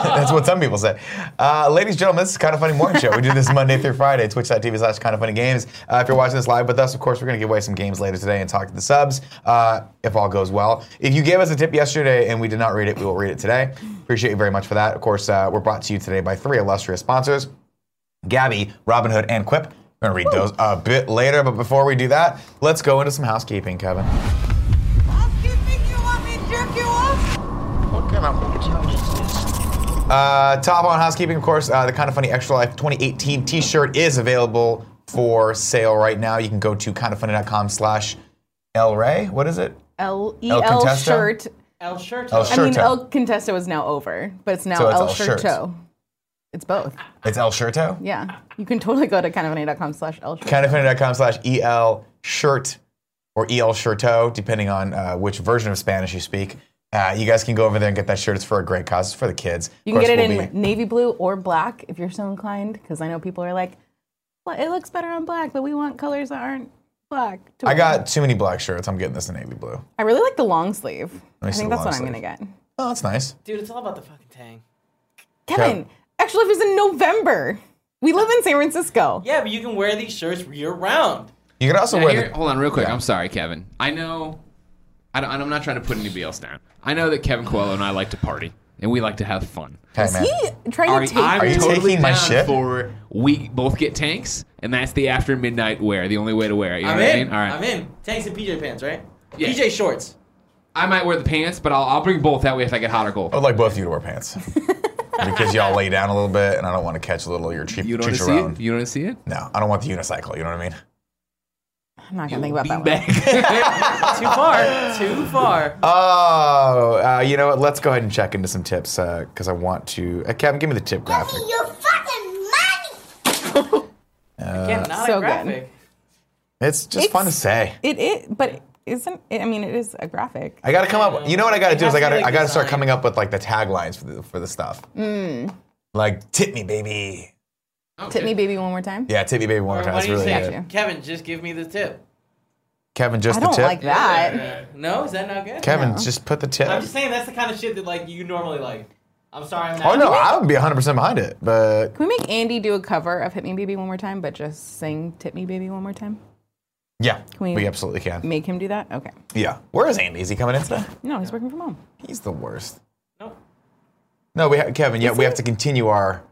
Speaker 2: him.
Speaker 1: That's what some people say. Uh, ladies and gentlemen, this is Kind of Funny Morning Show. We do this Monday through Friday, twitch.tv slash Kind of Funny Games. Uh, if you're watching this live with us, of course, we're going to give away some games later today and talk to the subs uh, if all goes well. If you gave us a tip yesterday and we did not read it, we will read it today. Appreciate you very much for that. Of course, uh, we're brought to you today by three illustrious sponsors. Gabby, Robin Hood, and Quip. We're gonna read those a bit later, but before we do that, let's go into some housekeeping, Kevin.
Speaker 5: Housekeeping, you want me to jerk you off?
Speaker 1: Uh, top on housekeeping, of course, uh, the Kind of Funny Extra Life 2018 t-shirt is available for sale right now. You can go to kindoffunny.com slash LRay. What is it?
Speaker 2: L E
Speaker 1: El
Speaker 2: L
Speaker 1: Contesto?
Speaker 2: shirt.
Speaker 3: El Shirto.
Speaker 1: El
Speaker 2: I mean,
Speaker 1: Shirto.
Speaker 2: El Contesto is now over, but it's now
Speaker 1: So it's
Speaker 2: El
Speaker 1: El Shirt.
Speaker 2: Shirto. It's both.
Speaker 1: It's El Shirto?
Speaker 2: Yeah. You can totally go to kindoffunny.com slash El Shirto.
Speaker 1: Kindoffunny.com slash EL shirt or EL shirto, depending on uh, which version of Spanish you speak. Uh, you guys can go over there and get that shirt. It's for a great cause. It's for the kids.
Speaker 2: You
Speaker 1: Of
Speaker 2: can
Speaker 1: course,
Speaker 2: get it in
Speaker 1: we'll be-
Speaker 2: navy blue or black if you're so inclined, because I know people are like, well, it looks better on black, but we want colors that aren't black. to
Speaker 1: I
Speaker 2: wear."
Speaker 1: got too many black shirts. I'm getting this in navy blue.
Speaker 2: I really like the long sleeve. I
Speaker 1: see
Speaker 2: think
Speaker 1: the long
Speaker 2: that's what I'm
Speaker 1: sleeve.
Speaker 2: going to get.
Speaker 1: Oh, that's nice.
Speaker 3: Dude, it's all about the fucking tang.
Speaker 2: Kevin, actually, if it's in November, we live in San Francisco.
Speaker 3: Yeah, but you can wear these shirts year round.
Speaker 1: You can also
Speaker 4: Now,
Speaker 1: wear
Speaker 4: here-
Speaker 1: the,
Speaker 4: hold on, real quick. I'm sorry, Kevin. I know. I don't, I'm not trying to put anybody else down. I know that Kevin Coelho and I like to party, and we like to have fun.
Speaker 1: Hey, man.
Speaker 2: He trying
Speaker 4: Are,
Speaker 2: to take
Speaker 4: I'm
Speaker 1: you
Speaker 4: totally
Speaker 1: taking my
Speaker 4: down
Speaker 1: shit?
Speaker 4: for we both get tanks, and that's the after midnight wear. The only way to wear it. You know
Speaker 3: I'm
Speaker 4: what
Speaker 3: in.
Speaker 4: I mean? All right.
Speaker 3: I'm in. Tanks and PJ pants, right?
Speaker 4: Yeah.
Speaker 3: PJ shorts.
Speaker 4: I might wear the pants, but I'll, I'll bring both. That way, if I get hot or cold,
Speaker 1: I would like both of you to wear pants. because y'all lay down a little bit, and I don't want to catch a little of your cheap
Speaker 4: you don't want to see
Speaker 1: chicharron.
Speaker 4: it. You don't want to see it.
Speaker 1: No, I don't want the unicycle. You know what I mean?
Speaker 2: I'm not going to think about that one.
Speaker 4: Beanbag.
Speaker 3: Too far. Too far.
Speaker 1: Uh, Oh, uh, you know what? Let's go ahead and check into some tips because I want to. Uh, Kevin, give me the tip graphic.
Speaker 5: Your fucking money!
Speaker 3: Again, not
Speaker 2: so
Speaker 3: a graphic.
Speaker 1: It's just fun to
Speaker 2: It's-
Speaker 1: say.
Speaker 2: It is, but isn't it? I mean, it is a graphic.
Speaker 1: I gotta come up. You know what I gotta
Speaker 3: It
Speaker 1: do is
Speaker 3: has
Speaker 1: I
Speaker 3: to be,
Speaker 1: gotta
Speaker 3: like,
Speaker 1: I gotta start
Speaker 3: designed.
Speaker 1: coming up with like the taglines for the for the stuff.
Speaker 3: Mm.
Speaker 1: Like tip me, baby.
Speaker 2: Tip me, baby, one more time.
Speaker 1: Yeah, tip me, baby. One more time.
Speaker 3: Why
Speaker 1: That's
Speaker 3: do you
Speaker 1: really
Speaker 3: say,
Speaker 1: good.
Speaker 2: you.
Speaker 3: Kevin, just give me the tip?
Speaker 1: Kevin, just
Speaker 2: I
Speaker 1: the
Speaker 2: don't
Speaker 1: tip.
Speaker 2: like that.
Speaker 3: No, is that not good?
Speaker 1: Kevin, just put the tip.
Speaker 3: I'm just saying that's the kind of shit that like you normally like. I'm sorry, I'm not.
Speaker 1: Oh no, I would be 100 percent behind it, but
Speaker 2: Can we make Andy do a cover of "Hit Me, Baby, One More Time," but just sing "Tip Me, Baby, One More Time"?
Speaker 1: yeah,
Speaker 2: we-
Speaker 1: we absolutely can.
Speaker 2: Make him do that. Okay.
Speaker 1: Yeah, where is Andy? Is he coming in today?
Speaker 2: No, he's working from home.
Speaker 1: He's the worst.
Speaker 3: Nope.
Speaker 1: No, we ha- Kevin. Yeah, we have to continue our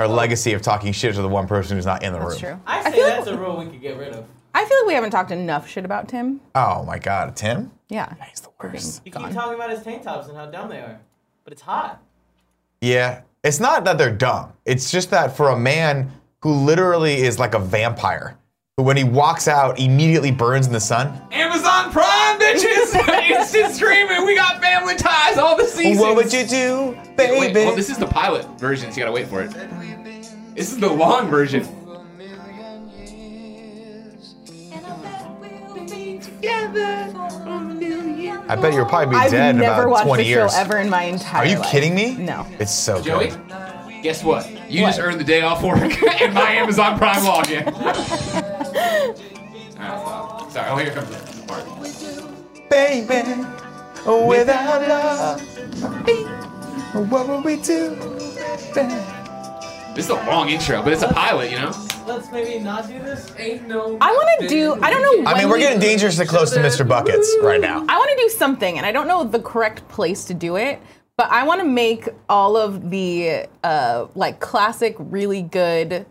Speaker 1: our legacy of talking shit to the one person who's not in the
Speaker 2: That's
Speaker 1: room.
Speaker 2: true.
Speaker 3: I say
Speaker 2: feel
Speaker 3: that's
Speaker 2: like,
Speaker 3: a rule we could get rid of.
Speaker 2: I feel like we haven't talked enough shit about Tim.
Speaker 1: Oh my God, Tim.
Speaker 2: Yeah.
Speaker 1: He's the worst.
Speaker 3: You keep talking about his tank tops and how dumb they are, but it's hot.
Speaker 1: Yeah, it's not that they're dumb. It's just that for a man who literally is like a vampire, who when he walks out immediately burns in the sun.
Speaker 4: Amazon Prime, bitches! Instant streaming. We got family ties all the seasons.
Speaker 1: What would you do, baby?
Speaker 4: Wait, well, this is the pilot version, so you gotta wait for it. This is the long version.
Speaker 1: I bet you'll probably be
Speaker 2: I've
Speaker 1: dead in
Speaker 2: never
Speaker 1: about
Speaker 2: watched
Speaker 1: 20
Speaker 2: the show
Speaker 1: years.
Speaker 2: ever in my entire.
Speaker 1: Are you
Speaker 2: life.
Speaker 1: kidding me?
Speaker 2: No.
Speaker 1: It's so
Speaker 4: Joey,
Speaker 1: good.
Speaker 4: guess what? You just earned the day off work and my Amazon Prime login. Alright, well, sorry, oh, here comes the part.
Speaker 1: Baby, without love, what would we do?
Speaker 4: This is a long intro, but it's a pilot, you know?
Speaker 3: Let's maybe not do this.
Speaker 4: Ain't no.
Speaker 2: I want to do. I don't know. When
Speaker 1: I mean, we're getting dangerously close to Mr. Buckets right now.
Speaker 2: I want to do something, and I don't know the correct place to do it, but I want to make all of the uh, like classic, really good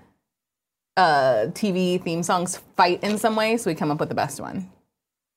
Speaker 2: uh, TV theme songs fight in some way, so we come up with the best one.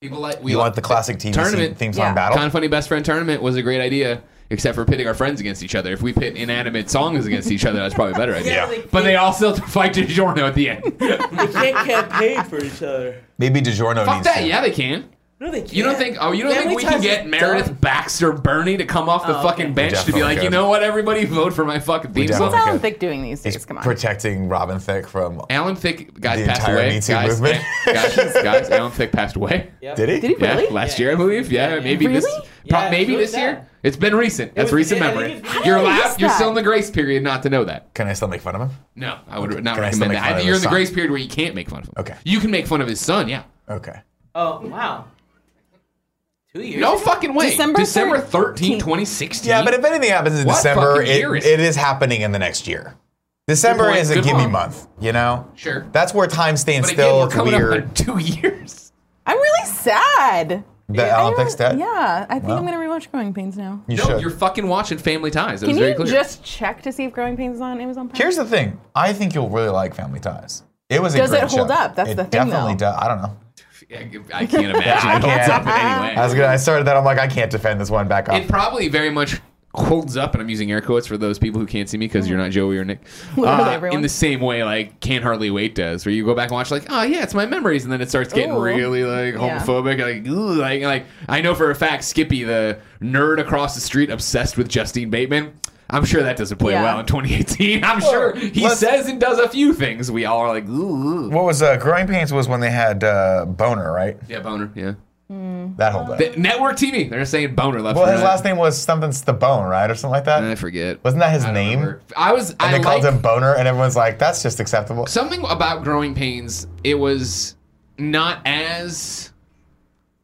Speaker 4: People like, we
Speaker 1: You
Speaker 4: like-
Speaker 1: want the classic TV
Speaker 4: Tournament.
Speaker 1: theme song
Speaker 2: Yeah.
Speaker 1: battle?
Speaker 4: Kind of funny best friend tournament was a great idea. except for pitting our friends against each other. If we pit inanimate songs against each other, that's probably a better idea.
Speaker 3: Yeah, they-
Speaker 4: But they all still fight DiGiorno at the end.
Speaker 3: They can't campaign for each other.
Speaker 1: Maybe DiGiorno
Speaker 4: Fuck
Speaker 1: needs
Speaker 4: that.
Speaker 1: to.
Speaker 4: Yeah, they can.
Speaker 3: No, they can't.
Speaker 4: You don't think? Oh, you don't
Speaker 3: Family
Speaker 4: think we can
Speaker 3: Ties is
Speaker 4: get
Speaker 3: dumb.
Speaker 4: Meredith Baxter Bernie to come off the
Speaker 3: Oh,
Speaker 4: fucking
Speaker 3: okay.
Speaker 4: bench to be
Speaker 1: definitely
Speaker 4: like, you
Speaker 1: could.
Speaker 4: know what, everybody vote for my fucking theme
Speaker 1: definitely
Speaker 4: song.
Speaker 2: That's Alan
Speaker 1: Okay.
Speaker 2: Thicke doing these
Speaker 1: He's
Speaker 2: days. Come on.
Speaker 1: protecting Robin Thicke from.
Speaker 4: Alan Thick guys
Speaker 1: The
Speaker 4: passed
Speaker 1: entire
Speaker 4: away.
Speaker 1: Me Too
Speaker 4: guys,
Speaker 1: movement.
Speaker 4: guys, guys, Alan Thick passed away.
Speaker 3: Yep.
Speaker 1: Did he?
Speaker 2: Did he
Speaker 4: Yeah,
Speaker 2: really?
Speaker 4: last
Speaker 3: Yeah.
Speaker 4: year I believe. Yeah,
Speaker 3: Yeah.
Speaker 4: maybe this.
Speaker 2: Really?
Speaker 4: pro-
Speaker 3: Yeah,
Speaker 4: maybe
Speaker 3: sure
Speaker 4: this
Speaker 3: that.
Speaker 4: year. It's been recent. That's
Speaker 3: was-
Speaker 4: recent
Speaker 3: yeah, I
Speaker 4: memory.
Speaker 3: think it's-
Speaker 4: You're
Speaker 2: How did I
Speaker 4: allowed.
Speaker 2: miss
Speaker 4: You're still
Speaker 2: that?
Speaker 4: in the grace period not to know that.
Speaker 1: Can I still make fun of him?
Speaker 4: No, I would not
Speaker 1: Can I still
Speaker 4: recommend
Speaker 1: make fun
Speaker 4: that. I
Speaker 1: of
Speaker 4: think you're in
Speaker 1: his
Speaker 4: the
Speaker 1: son?
Speaker 4: grace period where you can't make fun of him.
Speaker 1: Okay.
Speaker 4: You can make fun of his son. Yeah.
Speaker 1: Okay.
Speaker 3: Oh wow. Two years.
Speaker 4: No fucking way.
Speaker 2: December
Speaker 4: December
Speaker 2: thir-
Speaker 4: 13, 2016.
Speaker 1: Yeah, but if anything happens in
Speaker 4: What
Speaker 1: December,
Speaker 4: fucking
Speaker 1: it,
Speaker 4: year is it?
Speaker 1: it is happening in the next year. December
Speaker 4: Good point,
Speaker 1: is a
Speaker 4: good
Speaker 1: gimme
Speaker 4: point.
Speaker 1: month, you know?
Speaker 4: Sure.
Speaker 1: That's where time stands
Speaker 4: But again,
Speaker 1: still.
Speaker 4: we're
Speaker 1: It's
Speaker 4: coming up
Speaker 1: weird.
Speaker 4: on two years.
Speaker 2: I'm really sad.
Speaker 1: That
Speaker 2: I
Speaker 1: Alan
Speaker 2: don't-
Speaker 1: Thicke's dead?
Speaker 2: Yeah, I think
Speaker 1: Well.
Speaker 2: I'm gonna rewatch Growing Pains now.
Speaker 1: You
Speaker 4: No,
Speaker 1: should.
Speaker 4: you're fucking watching Family Ties. It was
Speaker 2: Can
Speaker 4: very
Speaker 2: you
Speaker 4: clear.
Speaker 2: just check to see if Growing Pains is on Amazon Prime?
Speaker 1: Here's the thing. I think you'll really like Family Ties. It was a
Speaker 2: Does
Speaker 1: great
Speaker 2: it hold
Speaker 1: show.
Speaker 2: up? That's
Speaker 1: It
Speaker 2: the thing,
Speaker 1: Definitely
Speaker 2: though.
Speaker 1: does. I don't know.
Speaker 4: I can't imagine it holds
Speaker 1: can't.
Speaker 4: up in any way.
Speaker 1: I was gonna. I started that. I'm like, I can't defend this one. Back up.
Speaker 4: It probably very much holds up, and I'm using air quotes for those people who can't see me because you're not Joey or Nick.
Speaker 2: Literally
Speaker 4: Uh,
Speaker 2: everyone.
Speaker 4: in the same way, like Can't Hardly Wait does, where you go back and watch, like, oh yeah, it's my memories, and then it starts getting
Speaker 2: Ooh.
Speaker 4: really like
Speaker 2: Yeah.
Speaker 4: homophobic, like, ooh, like, like I know for a fact Skippy, the nerd across the street, obsessed with Justine Bateman. I'm sure that doesn't play
Speaker 2: Yeah.
Speaker 4: well in 2018. I'm sure he
Speaker 1: let's-
Speaker 4: says and does a few things. We all are like, ooh, ooh.
Speaker 1: what was uh, Growing Pains was when they had uh, Boner, right?
Speaker 4: yeah, boner, yeah.
Speaker 1: That hold up.
Speaker 4: The- network TV, they're saying boner left.
Speaker 1: well,
Speaker 4: and
Speaker 1: his
Speaker 4: right.
Speaker 1: last name was something Stabone, right, or something like that.
Speaker 4: I forget.
Speaker 1: Wasn't that his
Speaker 4: I don't
Speaker 1: name?
Speaker 4: remember. I was. I
Speaker 1: And they called
Speaker 4: liked-
Speaker 1: him Boner, and everyone's like, "That's just acceptable."
Speaker 4: something about growing pains it was not as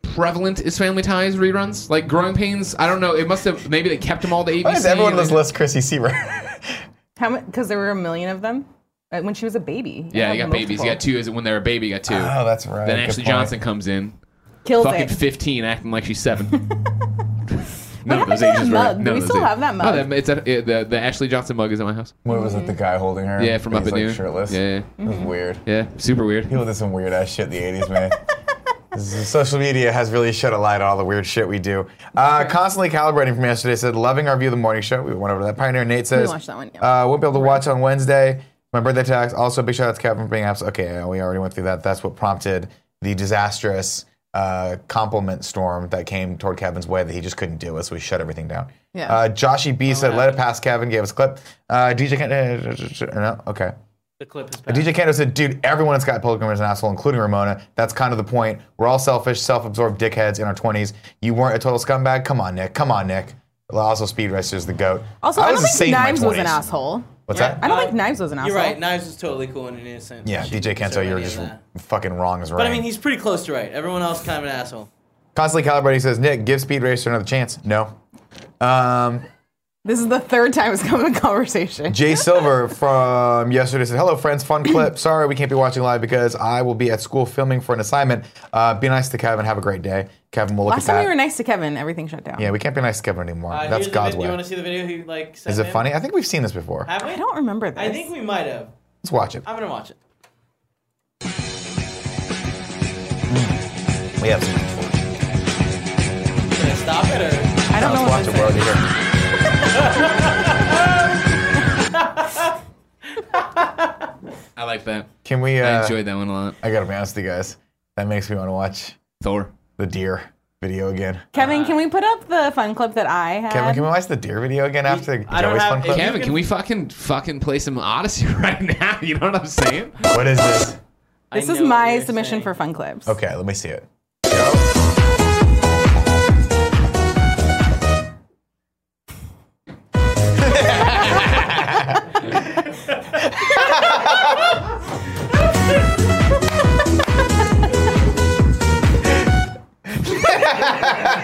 Speaker 4: prevalent as family ties reruns like growing pains i don't know it must have maybe they kept them all the 80s
Speaker 1: Why does everyone just list Chrissy Sieber?
Speaker 2: How much? Because there were a million of them uh, when she was a baby.
Speaker 4: yeah
Speaker 2: Had
Speaker 4: you got babies you got
Speaker 2: multiple.
Speaker 4: two is it when they're a baby you got two.
Speaker 1: oh, that's right.
Speaker 4: then
Speaker 1: Good
Speaker 4: ashley
Speaker 1: point.
Speaker 4: johnson comes in
Speaker 2: Kills
Speaker 4: fucking
Speaker 2: it.
Speaker 4: 15 acting like she's seven None
Speaker 2: happened
Speaker 4: of those
Speaker 2: to that
Speaker 4: ages were.
Speaker 2: mug? Do
Speaker 4: none
Speaker 2: we
Speaker 4: of those
Speaker 2: still
Speaker 4: ages-
Speaker 2: have that
Speaker 4: Oh,
Speaker 2: mug?
Speaker 4: that, it's at, it- the, the Ashley Johnson mug is at my house.
Speaker 1: What was it? The guy holding her?
Speaker 4: Yeah, from
Speaker 1: He's,
Speaker 4: Up at
Speaker 1: like,
Speaker 4: Noon.
Speaker 1: Shirtless.
Speaker 4: Yeah,
Speaker 1: It was weird.
Speaker 4: yeah, super weird.
Speaker 1: People did some weird ass shit in the 80s, man. This is- Social media has really shed a light on all the weird shit we do. Uh, constantly calibrating from yesterday said, loving our view of the morning show. We went over that. Pioneer Nate says,
Speaker 2: watched that one,
Speaker 1: Uh, won't be able to watch on Wednesday. My birthday tax. Also, big shout out to Kevin for being absent. Okay, uh, we already went through that. That's what prompted the disastrous uh, compliment storm that came toward Kevin's way that he just couldn't deal with, so we shut everything down.
Speaker 2: Yeah.
Speaker 1: Uh, Joshy B said, let it pass, Kevin. Gave us a clip. Uh, DJ Kent. uh, No, okay.
Speaker 3: The clip is
Speaker 1: Uh,
Speaker 3: bad.
Speaker 1: DJ Kendo said, dude, everyone in Scott Pilgrim is an asshole, including Ramona. That's kind of the point. We're all selfish, self absorbed dickheads in our 20s. You weren't a total scumbag? Come on, Nick. Come on, Nick. Also, Speed Racer's the GOAT.
Speaker 2: Also, I,
Speaker 1: was
Speaker 2: don't
Speaker 1: a
Speaker 2: think
Speaker 1: sage in my
Speaker 2: Knives was an
Speaker 1: 20s.
Speaker 2: asshole.
Speaker 1: What's
Speaker 3: Yeah.
Speaker 1: that?
Speaker 2: I don't
Speaker 3: Uh,
Speaker 2: think Knives was an asshole.
Speaker 3: You're right. Knives is totally cool and innocent.
Speaker 1: yeah,
Speaker 3: She
Speaker 1: DJ
Speaker 3: deserved
Speaker 1: Kento, you're
Speaker 3: any of
Speaker 1: just
Speaker 3: that.
Speaker 1: fucking wrong as right.
Speaker 3: But I mean, he's pretty close to right. Everyone else kind of an asshole.
Speaker 1: Constantly Calibrating says, Nick, give Speed Racer another chance. No. Um,
Speaker 2: This is the third time it's come in conversation.
Speaker 1: Jay Silver from yesterday said, "Hello, friends. Fun clip. Sorry, we can't be watching live because I will be at school filming for an assignment. Uh, be nice to Kevin. Have a great day. Kevin will look
Speaker 2: Last
Speaker 1: at that.
Speaker 2: time we were nice to Kevin, everything shut down.
Speaker 1: Yeah, we can't be nice to Kevin anymore.
Speaker 3: Uh, here's
Speaker 1: That's
Speaker 3: the
Speaker 1: God's
Speaker 3: vid-
Speaker 1: way.
Speaker 3: You want to see the video? He like.
Speaker 1: Is
Speaker 3: sent
Speaker 1: it
Speaker 3: in?
Speaker 1: funny? I think we've seen this before.
Speaker 3: Have we?
Speaker 2: I don't remember this.
Speaker 3: I think we might have.
Speaker 1: Let's watch it.
Speaker 3: I'm gonna watch it.
Speaker 1: We have some. Let's
Speaker 3: Should I stop it or?
Speaker 2: I don't know what
Speaker 1: watch it.
Speaker 2: this
Speaker 1: We're
Speaker 2: is.
Speaker 1: already here.
Speaker 4: I like that.
Speaker 1: Can we? Uh,
Speaker 4: I enjoyed that one a lot.
Speaker 1: I gotta be honest with you guys. That makes me want to watch
Speaker 4: Thor.
Speaker 1: the deer video again.
Speaker 2: Kevin, can we put up the fun clip that I had?
Speaker 1: Kevin, can we watch the deer video again after the
Speaker 3: I don't
Speaker 1: Joey's
Speaker 3: have-
Speaker 1: fun
Speaker 3: if
Speaker 1: clip?
Speaker 3: you-
Speaker 4: Kevin, can we fucking fucking play some Odyssey right now? You know what I'm saying?
Speaker 1: What is this?
Speaker 2: this
Speaker 3: I
Speaker 2: is
Speaker 3: know what
Speaker 2: my
Speaker 3: you're
Speaker 2: submission
Speaker 3: saying.
Speaker 2: for fun clips.
Speaker 1: Okay, let me see it.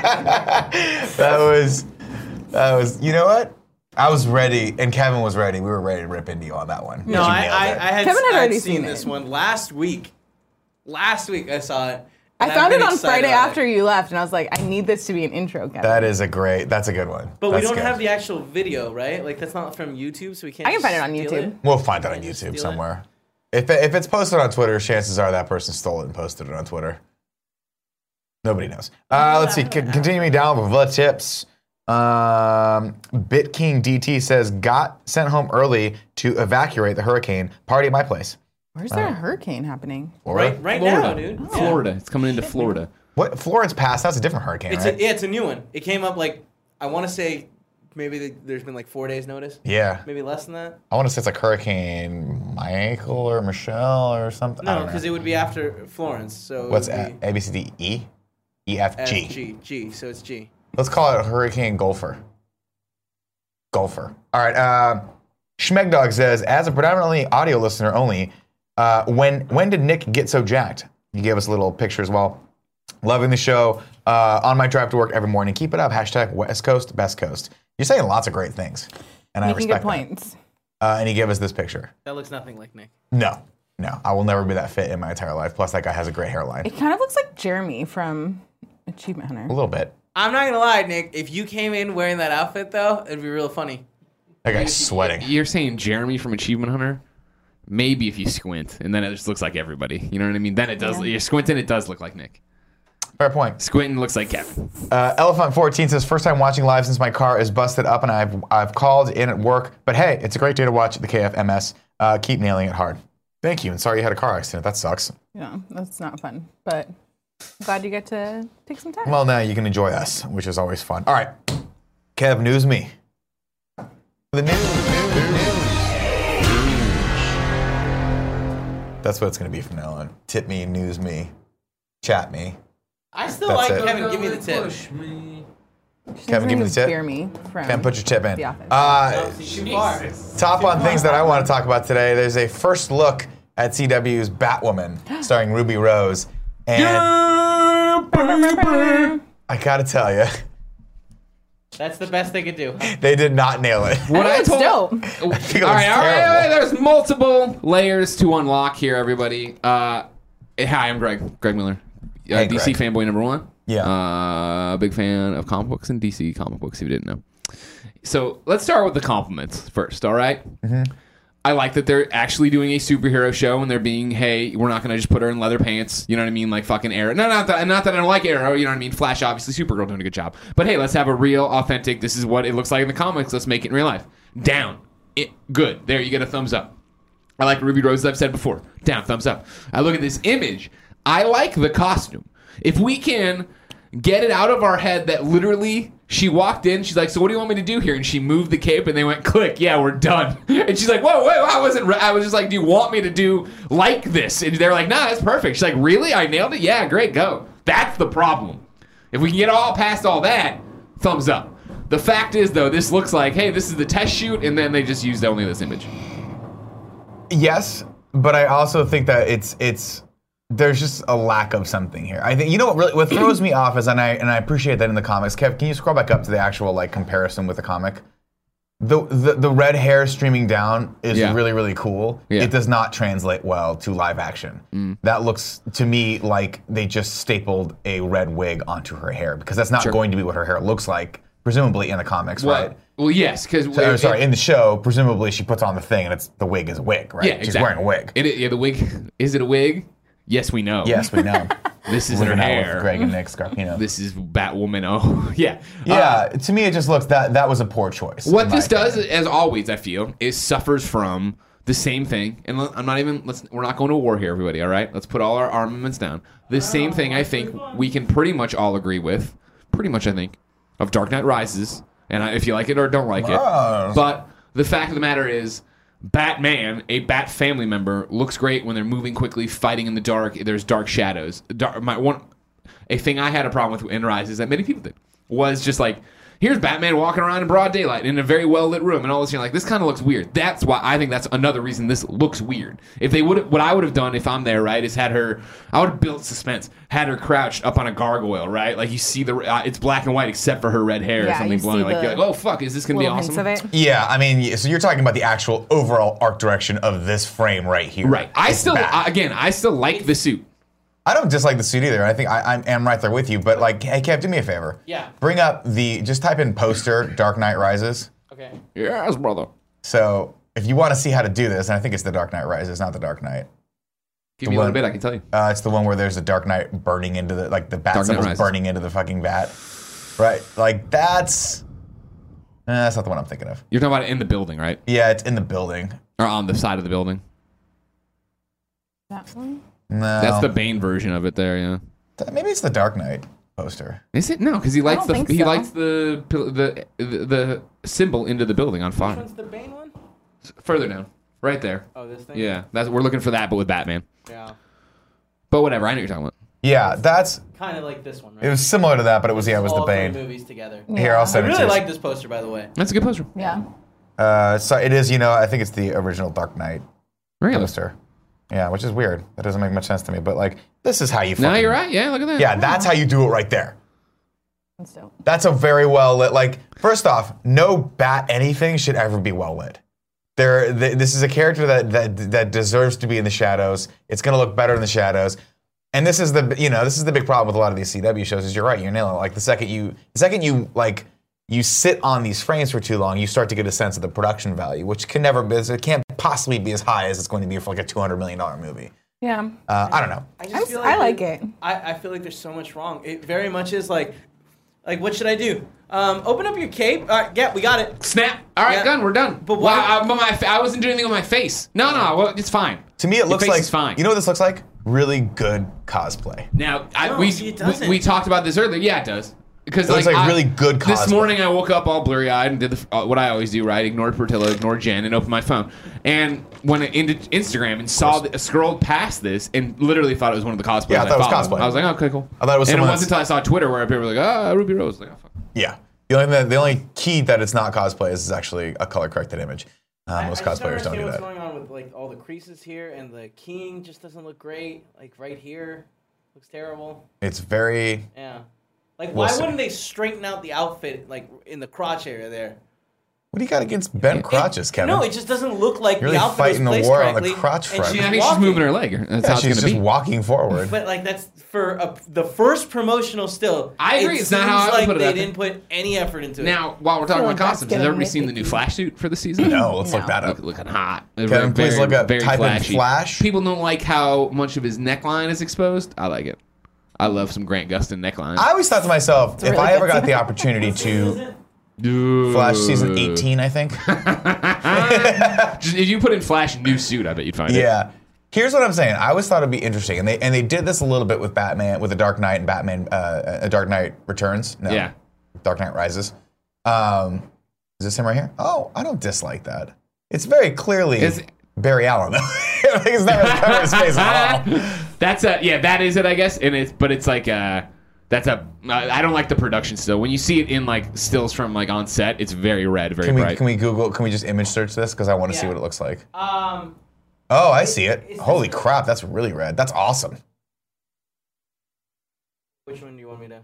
Speaker 1: That was, that was. You know what? I was ready, and Kevin was ready. We were ready to rip into you on that one.
Speaker 3: No, I, I, I had,
Speaker 2: Kevin had
Speaker 3: I'd
Speaker 2: already
Speaker 3: seen,
Speaker 2: seen
Speaker 3: this
Speaker 2: it.
Speaker 3: one last week. Last week I saw it.
Speaker 2: I
Speaker 3: and I've
Speaker 2: found
Speaker 3: been
Speaker 2: it on
Speaker 3: excited
Speaker 2: Friday
Speaker 3: about it.
Speaker 2: after you left, and I was like, I need this to be an intro, Kevin.
Speaker 1: That is a great. That's a good one.
Speaker 3: But
Speaker 1: That's
Speaker 3: we don't
Speaker 1: good.
Speaker 3: have the actual video, right? Like that's not from YouTube, so we can't.
Speaker 2: I can find it on
Speaker 3: steal
Speaker 2: YouTube.
Speaker 1: We'll find it on
Speaker 3: just
Speaker 1: YouTube
Speaker 3: steal it?
Speaker 1: somewhere. If, it- if it's posted on Twitter, chances are that person stole it and posted it on Twitter. Nobody knows. Uh, let's see. Con- continuing down with the tips. Um, Bit King DT says got sent home early to evacuate the hurricane. Party at my place.
Speaker 2: Where's there a hurricane happening?
Speaker 1: Florida.
Speaker 3: Right, right
Speaker 4: Florida,
Speaker 3: now, dude.
Speaker 2: Oh.
Speaker 3: Yeah.
Speaker 4: Florida. It's coming into Florida.
Speaker 1: What Florence passed? That's a different hurricane,
Speaker 3: It's
Speaker 1: right?
Speaker 3: a, yeah, it's a new one. It came up like I want to say maybe the, there's been like four days notice.
Speaker 1: yeah,
Speaker 3: Maybe less than that.
Speaker 1: I want to say it's like Hurricane Michael or Michelle or something. I
Speaker 3: No,
Speaker 1: don't know.
Speaker 3: because it would be after Florence. So it
Speaker 1: What's
Speaker 3: would
Speaker 1: A
Speaker 3: be
Speaker 1: A, B, C, D, E? E, F,
Speaker 3: F,
Speaker 1: G.
Speaker 3: G. G. So it's G.
Speaker 1: Let's call it Hurricane Gopher. Gopher. All right. Uh, Schmegdog says, as a predominantly audio listener only, uh, when when did Nick get so jacked? You gave us a little picture as well. Loving the show. Uh, on my drive to work every morning. Keep it up. Hashtag West Coast, Best Coast. You're saying lots of great things, and I
Speaker 2: Making
Speaker 1: respect
Speaker 2: good points.
Speaker 1: that. Uh, and he gave us this picture.
Speaker 3: That looks nothing like Nick.
Speaker 1: No, no, I will never be that fit in my entire life. Plus, that guy has a great hairline.
Speaker 2: It kind of looks like Jeremy from Achievement
Speaker 1: A
Speaker 2: Hunter.
Speaker 1: little bit.
Speaker 3: I'm not gonna lie, Nick. If you came in wearing that outfit though, it'd be real funny.
Speaker 1: That guy's sweating.
Speaker 4: You're saying Jeremy from Achievement Hunter? Maybe if you squint, and then it just looks like everybody. You know what I mean? Then it does. You're squinting, it does look like Nick.
Speaker 1: Fair point.
Speaker 4: Squinting looks like Kevin.
Speaker 1: Uh, Elephant 14 says, first time watching live since my car is busted up and I've, I've called in at work. But hey, it's a great day to watch the KFMS. Uh, keep nailing it hard. Thank you. And sorry you had a car accident. That sucks.
Speaker 2: Yeah, that's not fun, but I'm glad you get to take some time.
Speaker 1: Well, now you can enjoy us, which is always fun. All right. Kev, news me. The news. news, news. That's what it's going to be from now on. Tip me, news me, chat me.
Speaker 3: I still
Speaker 1: That's
Speaker 3: like
Speaker 1: it.
Speaker 3: Kevin. Give me the tip.
Speaker 1: Kevin, give me the tip.
Speaker 2: Beer me from.
Speaker 1: Can't put your tip in.
Speaker 2: The Office.
Speaker 1: Uh,
Speaker 3: Too far.
Speaker 1: Top on things that I want to talk about today. There's a first look at CW's Batwoman, starring Ruby Rose, and I gotta tell you,
Speaker 3: That's the best they could do.
Speaker 1: they did not nail it.
Speaker 4: What
Speaker 2: I think it's dope.
Speaker 4: all right,
Speaker 1: think it
Speaker 4: all
Speaker 1: looks
Speaker 4: right, all right,
Speaker 1: terrible.
Speaker 4: There's multiple layers to unlock here, everybody. Uh, eh, hi, I'm Greg. Greg Miller, uh,
Speaker 1: Hey,
Speaker 4: DC
Speaker 1: Greg.
Speaker 4: fanboy number one.
Speaker 1: Yeah.
Speaker 4: uh, big fan of comic books and DC comic books. If you didn't know, so let's start with the compliments first. All right? I like that they're actually doing a superhero show and they're being, hey, we're not gonna just put her in leather pants. You know what I mean? Like fucking Arrow. No, not that. Not that I don't like Arrow. You know what I mean? Flash, obviously, Supergirl doing a good job. But hey, let's have a real, authentic. This is what it looks like in the comics. Let's make it in real life. Down. It, good. There, you get a thumbs up. I like Ruby Rose, as I've said before. Down, thumbs up. I look at this image. I like the costume. If we can get it out of our head that literally she walked in, she's like, "So what do you want me to do here?" And she moved the cape, and they went, "Click, yeah, we're done." And she's like, "Whoa, whoa, I wasn't. Re- I was just like, do you want me to do like this?" And they're like, "Nah, that's perfect." She's like, "Really? I nailed it. Yeah, great, go." That's the problem. If we can get all past all that, thumbs up. The fact is, though, this looks like, hey, this is the test shoot, and then they just used only this image.
Speaker 1: Yes, but I also think that it's it's there's just a lack of something here. I think you know what really what throws me off is and I and I appreciate that in the comics. Kev, can you scroll back up to the actual like comparison with the comic? The, the, the red hair streaming down is
Speaker 4: Yeah.
Speaker 1: really really cool.
Speaker 4: Yeah. Mm.
Speaker 1: It does not translate well to live action. That looks to me like they just stapled a red wig onto her hair because that's not going to be what her hair looks like presumably in the comics,
Speaker 4: Well-
Speaker 1: right?
Speaker 4: Well, yes, because
Speaker 1: So, or sorry, in the show, presumably she puts on the thing and it's the wig is a wig, right?
Speaker 4: yeah,
Speaker 1: She's
Speaker 4: exactly.
Speaker 1: wearing a wig.
Speaker 4: It, yeah, the wig. Is it a wig? Yes, we know.
Speaker 1: Yes, we know.
Speaker 4: this is
Speaker 1: Living
Speaker 4: her
Speaker 1: Out
Speaker 4: hair.
Speaker 1: with Greg and Nick Scarpino.
Speaker 4: This is Batwoman. Oh, yeah. Uh,
Speaker 1: yeah, to me it just looks that that was a poor choice.
Speaker 4: what
Speaker 1: in my
Speaker 4: this does,
Speaker 1: opinion.
Speaker 4: as always, I feel, is suffers from the same thing. And l- I'm not even. Let's. We're not going to war here, everybody. All right. Let's put all our armaments down. The same thing. I think we can pretty much all agree with. Pretty much, I think, of Dark Knight Rises. And I, if you like it or don't like it,
Speaker 1: Oh.
Speaker 4: But the fact of the matter is, Batman, a Bat family member, looks great when they're moving quickly, fighting in the dark. There's dark shadows. Dark, my one, a thing I had a problem with in Rise is that many people did was just like, here's Batman walking around in broad daylight in a very well lit room, and all this. You're like, this kind of looks weird. That's why I think that's another reason this looks weird. If they would, what I would have done if I'm there, right, is had her. I would have built suspense, had her crouched up on a gargoyle, right, like you see the. Uh, it's black and white except for her red hair or
Speaker 2: Yeah,
Speaker 4: something
Speaker 2: you
Speaker 4: blowing.
Speaker 2: see
Speaker 4: Like,
Speaker 2: the
Speaker 4: you're like, oh fuck, is this gonna be
Speaker 2: Little
Speaker 4: awesome?
Speaker 2: hints of it.
Speaker 1: Yeah, I mean, y- so you're talking about the actual overall art direction of this frame right here.
Speaker 4: Right. I
Speaker 1: It's
Speaker 4: still,
Speaker 1: bad.
Speaker 4: I, again, I still like the suit.
Speaker 1: I don't dislike the suit either. I think I, I'm, am right there with you. But like, hey, Kev, do me a favor.
Speaker 3: Yeah.
Speaker 1: Bring up the just type in poster Dark Knight Rises.
Speaker 3: Okay.
Speaker 4: Yes, brother.
Speaker 1: So if you want to see how to do this, and I think it's the Dark Knight Rises, not the Dark Knight.
Speaker 4: Give me a little
Speaker 1: one-
Speaker 4: bit, I can tell you.
Speaker 1: Uh, it's the one where there's a Dark Knight burning into the like the bat
Speaker 4: Dark Knight
Speaker 1: symbols
Speaker 4: Rises.
Speaker 1: burning into the fucking bat. Right. Like that's Eh, that's not the one I'm thinking of.
Speaker 4: You're talking about it in the building, right?
Speaker 1: Yeah, it's in the building.
Speaker 4: Or on the side of the building.
Speaker 2: That one?
Speaker 1: No,
Speaker 4: That's the Bane version of it. There, yeah.
Speaker 1: Th- maybe it's the Dark Knight poster.
Speaker 4: Is it no? Because he likes
Speaker 2: don't
Speaker 4: the
Speaker 2: think
Speaker 4: he
Speaker 2: so.
Speaker 4: likes the, pil- the the the symbol into the building on fire.
Speaker 3: What's the Bane one?
Speaker 4: Further down, right there.
Speaker 3: Oh, this thing.
Speaker 4: Yeah, that's we're looking for that, but with Batman.
Speaker 3: Yeah.
Speaker 4: But whatever, I know what you're talking about.
Speaker 1: Yeah, that's
Speaker 3: Kind of like this one, right?
Speaker 1: it. Was similar to that, but it was yeah, it was the
Speaker 3: All three
Speaker 1: Bane.
Speaker 3: movies together.
Speaker 1: Here, I'll
Speaker 3: I
Speaker 1: send it
Speaker 3: really
Speaker 1: to
Speaker 3: like
Speaker 1: you.
Speaker 3: this poster, by the way.
Speaker 4: That's a good poster.
Speaker 2: Yeah.
Speaker 1: Uh, so it is, you know, I think it's the original Dark Knight
Speaker 4: Really?
Speaker 1: poster. Yeah, which is weird. That doesn't make much sense to me. But like, this is how you.
Speaker 4: No,
Speaker 1: fucking-
Speaker 4: you're right. Yeah, look at that.
Speaker 1: Yeah, that's how you do it right there.
Speaker 2: That's dope.
Speaker 1: That's a very well lit. Like, first off, no bat anything should ever be well lit. There, th- this is a character that, that that deserves to be in the shadows. It's gonna look better in the shadows. And this is the you know this is the big problem with a lot of these CW shows is you're right you're nailing it. like the second you the second you like you sit on these frames for too long you start to get a sense of the production value which can never be it can't possibly be as high as it's going to be for like a 200 million dollar movie
Speaker 2: Yeah.
Speaker 1: uh, I don't know
Speaker 3: I,
Speaker 2: I'm
Speaker 3: just
Speaker 2: s- I like
Speaker 3: there-
Speaker 2: it.
Speaker 3: I, I feel like there's so much wrong. It very much is like, like what should I do? Um, open up your cape. All right, yeah, we got it.
Speaker 4: Snap. All right,
Speaker 3: Yeah.
Speaker 4: done. We're done.
Speaker 3: But
Speaker 4: But
Speaker 3: why-
Speaker 4: wow, I, but my, fa- I wasn't doing anything with my face. No, no, well, it's fine.
Speaker 1: to me it
Speaker 4: Your
Speaker 1: looks
Speaker 4: face
Speaker 1: like
Speaker 4: is fine.
Speaker 1: you know what this looks like really good cosplay
Speaker 4: Now, I,
Speaker 3: No,
Speaker 4: we,
Speaker 3: see, it
Speaker 4: we
Speaker 3: doesn't.
Speaker 4: we talked about this earlier. Yeah, it does. Because
Speaker 1: It looks like
Speaker 4: I-
Speaker 1: really good
Speaker 4: This
Speaker 1: cosplay.
Speaker 4: morning, I woke up all blurry eyed and did the, uh, what I always do, right? Ignored Portillo, ignored Jen, and opened my phone. And went into Instagram and saw that, scrolled past this and literally thought it was one of the cosplays.
Speaker 1: Yeah, I thought it was
Speaker 4: followed.
Speaker 1: cosplay.
Speaker 4: I was like, oh, okay, cool.
Speaker 1: I thought it was
Speaker 4: And it
Speaker 1: someone
Speaker 4: wasn't until I saw Twitter where people were like, ah, Ruby Rose. Like, oh, fuck.
Speaker 1: Yeah. The only the only key that it's not cosplay is, it's actually a color corrected image. Um, most
Speaker 3: I just
Speaker 1: cosplayers don't
Speaker 3: understand
Speaker 1: do
Speaker 3: what's
Speaker 1: that.
Speaker 3: going on with like all the creases here and the king just doesn't look great. Like right here, looks terrible.
Speaker 1: It's very
Speaker 3: Yeah. Like
Speaker 1: We'll
Speaker 3: why
Speaker 1: see.
Speaker 3: wouldn't they straighten out the outfit like in the crotch area there?
Speaker 1: what do you got against bent crotches, Kevin?
Speaker 3: No, it just doesn't look like
Speaker 1: You're
Speaker 3: the
Speaker 1: really
Speaker 3: outfit was
Speaker 1: fighting the
Speaker 3: placed
Speaker 1: war on the
Speaker 3: correctly.
Speaker 1: crotch
Speaker 3: and
Speaker 1: front.
Speaker 3: she's
Speaker 4: I think she's
Speaker 3: walking.
Speaker 4: moving her leg. That's
Speaker 1: Yeah,
Speaker 4: how it's
Speaker 1: she's
Speaker 4: going
Speaker 1: just
Speaker 4: to be.
Speaker 1: walking forward.
Speaker 3: But like that's for a, the first promotional still.
Speaker 4: I agree,
Speaker 3: It
Speaker 4: it's not
Speaker 3: seems
Speaker 4: how I would
Speaker 3: like
Speaker 4: put it
Speaker 3: They
Speaker 4: out there.
Speaker 3: didn't put any effort into it.
Speaker 4: now, while we're talking
Speaker 2: Oh,
Speaker 4: about
Speaker 2: that's
Speaker 4: costumes, has
Speaker 2: getting
Speaker 4: everybody seen the
Speaker 2: nitpicky.
Speaker 4: new Flash suit for the season?
Speaker 1: no, let's look
Speaker 2: No.
Speaker 1: that up.
Speaker 4: Look, looking hot.
Speaker 1: Kevin, please look up- type in Flash.
Speaker 4: People don't like how much of his neckline is exposed. I like it. I love some Grant Gustin neckline.
Speaker 1: I always thought to myself, if
Speaker 2: really
Speaker 1: I ever
Speaker 2: good
Speaker 1: got the opportunity to
Speaker 4: Dude.
Speaker 1: Flash season 18, I think.
Speaker 4: Just- if you put in Flash new suit, I bet you'd find it.
Speaker 1: Yeah. Here's what I'm saying. I always thought it'd be interesting, and they and they did this a little bit with Batman, with the Dark Knight and Batman, uh, a Dark Knight Returns. No,
Speaker 4: Yeah.
Speaker 1: Dark Knight Rises. Um, is this him right here? Oh, I don't dislike that. It's very clearly
Speaker 4: Is-
Speaker 1: Barry Allen though. I think it's not really covering his face at all.
Speaker 4: That's a yeah. That is it, I guess. And it's but it's like uh that's a I I don't like the production still. When you see it in like stills from like on set, it's very red, very
Speaker 1: Can we
Speaker 4: bright.
Speaker 1: can we Google? Can we just image search this because I want to see
Speaker 3: Yeah.
Speaker 1: what it looks like.
Speaker 3: Um,
Speaker 1: Oh, I see it.
Speaker 3: is
Speaker 1: Holy
Speaker 3: this-
Speaker 1: crap, that's really red. That's awesome.
Speaker 3: which one do you want me to?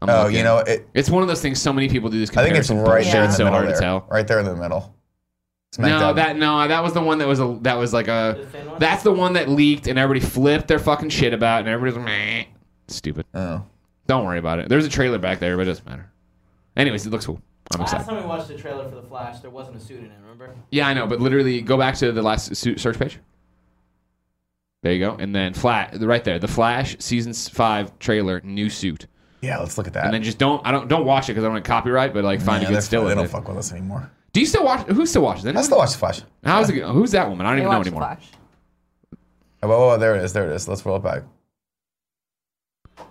Speaker 4: I'm
Speaker 1: Oh,
Speaker 4: looking.
Speaker 1: you know, it,
Speaker 4: it's one of those things. So many people do this.
Speaker 1: I think it's
Speaker 4: comparison
Speaker 1: right
Speaker 4: bullshit,
Speaker 1: there in
Speaker 4: It's
Speaker 1: the
Speaker 4: so
Speaker 1: middle.
Speaker 4: hard
Speaker 1: there.
Speaker 4: to tell.
Speaker 1: Right there in the middle. Smack
Speaker 4: No,
Speaker 1: dab.
Speaker 4: that no, that was the one that was a that was like
Speaker 3: The
Speaker 4: a
Speaker 3: thin one?
Speaker 4: that's the one that leaked and everybody flipped their fucking shit about and everybody's like, Meh. stupid.
Speaker 1: Oh.
Speaker 4: Don't worry about it. There's a trailer back there, but it doesn't matter. Anyways, it looks cool. I'm
Speaker 3: Last
Speaker 4: excited.
Speaker 3: time we watched the trailer for the Flash, there wasn't a suit in it. Remember?
Speaker 4: Yeah, I know, but literally go back to the last su- search page. There you go, and then flat right there, the Flash season s- five trailer, new suit,
Speaker 1: Yeah, let's look at that.
Speaker 4: and then just don't I don't don't watch it because I don't want copyright, but like find
Speaker 1: Yeah,
Speaker 4: a
Speaker 1: they're-
Speaker 4: good still
Speaker 1: They
Speaker 4: of
Speaker 1: don't
Speaker 4: it.
Speaker 1: fuck with us anymore.
Speaker 4: Do you still watch? Who still watches it?
Speaker 1: I still watch the Flash.
Speaker 4: How's it? go- Who's that woman? I don't
Speaker 2: They
Speaker 4: even know
Speaker 2: watch
Speaker 4: anymore.
Speaker 2: Flash.
Speaker 1: Oh, whoa, whoa, there it is. There it is. Let's roll it back.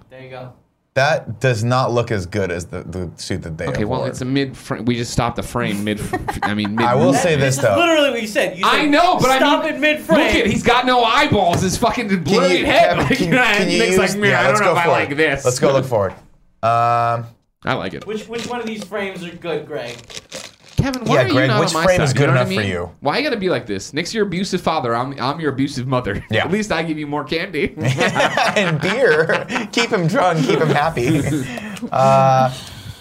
Speaker 3: There you go.
Speaker 1: That does not look as good as the, the suit that they
Speaker 4: Okay, well,
Speaker 1: award.
Speaker 4: it's a mid. Fr- we just stopped the frame mid. Fr- I mean, mid.
Speaker 1: I will say this
Speaker 3: is
Speaker 1: though.
Speaker 3: literally what you said. You said
Speaker 4: I know, but I
Speaker 3: stop
Speaker 4: mean-
Speaker 3: it mid-frame.
Speaker 4: Look at he's got no eyeballs. His fucking brilliant head. Like,
Speaker 1: can-
Speaker 4: yeah,
Speaker 1: can you
Speaker 4: Nick's like,
Speaker 1: use-
Speaker 4: man,
Speaker 1: yeah,
Speaker 4: I
Speaker 1: let's
Speaker 4: don't
Speaker 1: go
Speaker 4: know if I
Speaker 1: forward.
Speaker 4: like this.
Speaker 1: Let's go look forward. Um,
Speaker 4: I like it.
Speaker 3: Which which one of these frames are good, Greg?
Speaker 4: Kevin, why
Speaker 1: Yeah,
Speaker 4: are you
Speaker 1: Greg,
Speaker 4: not
Speaker 1: which
Speaker 4: on my
Speaker 1: frame
Speaker 4: side?
Speaker 1: is
Speaker 4: You
Speaker 1: good
Speaker 4: know what
Speaker 1: enough
Speaker 4: I
Speaker 1: for
Speaker 4: mean?
Speaker 1: you?
Speaker 4: Why you gotta be like this? Nick's your abusive father. I'm I'm your abusive mother.
Speaker 1: Yeah.
Speaker 4: At least I give you more candy.
Speaker 1: and beer. Keep him drunk. Keep him happy. Uh,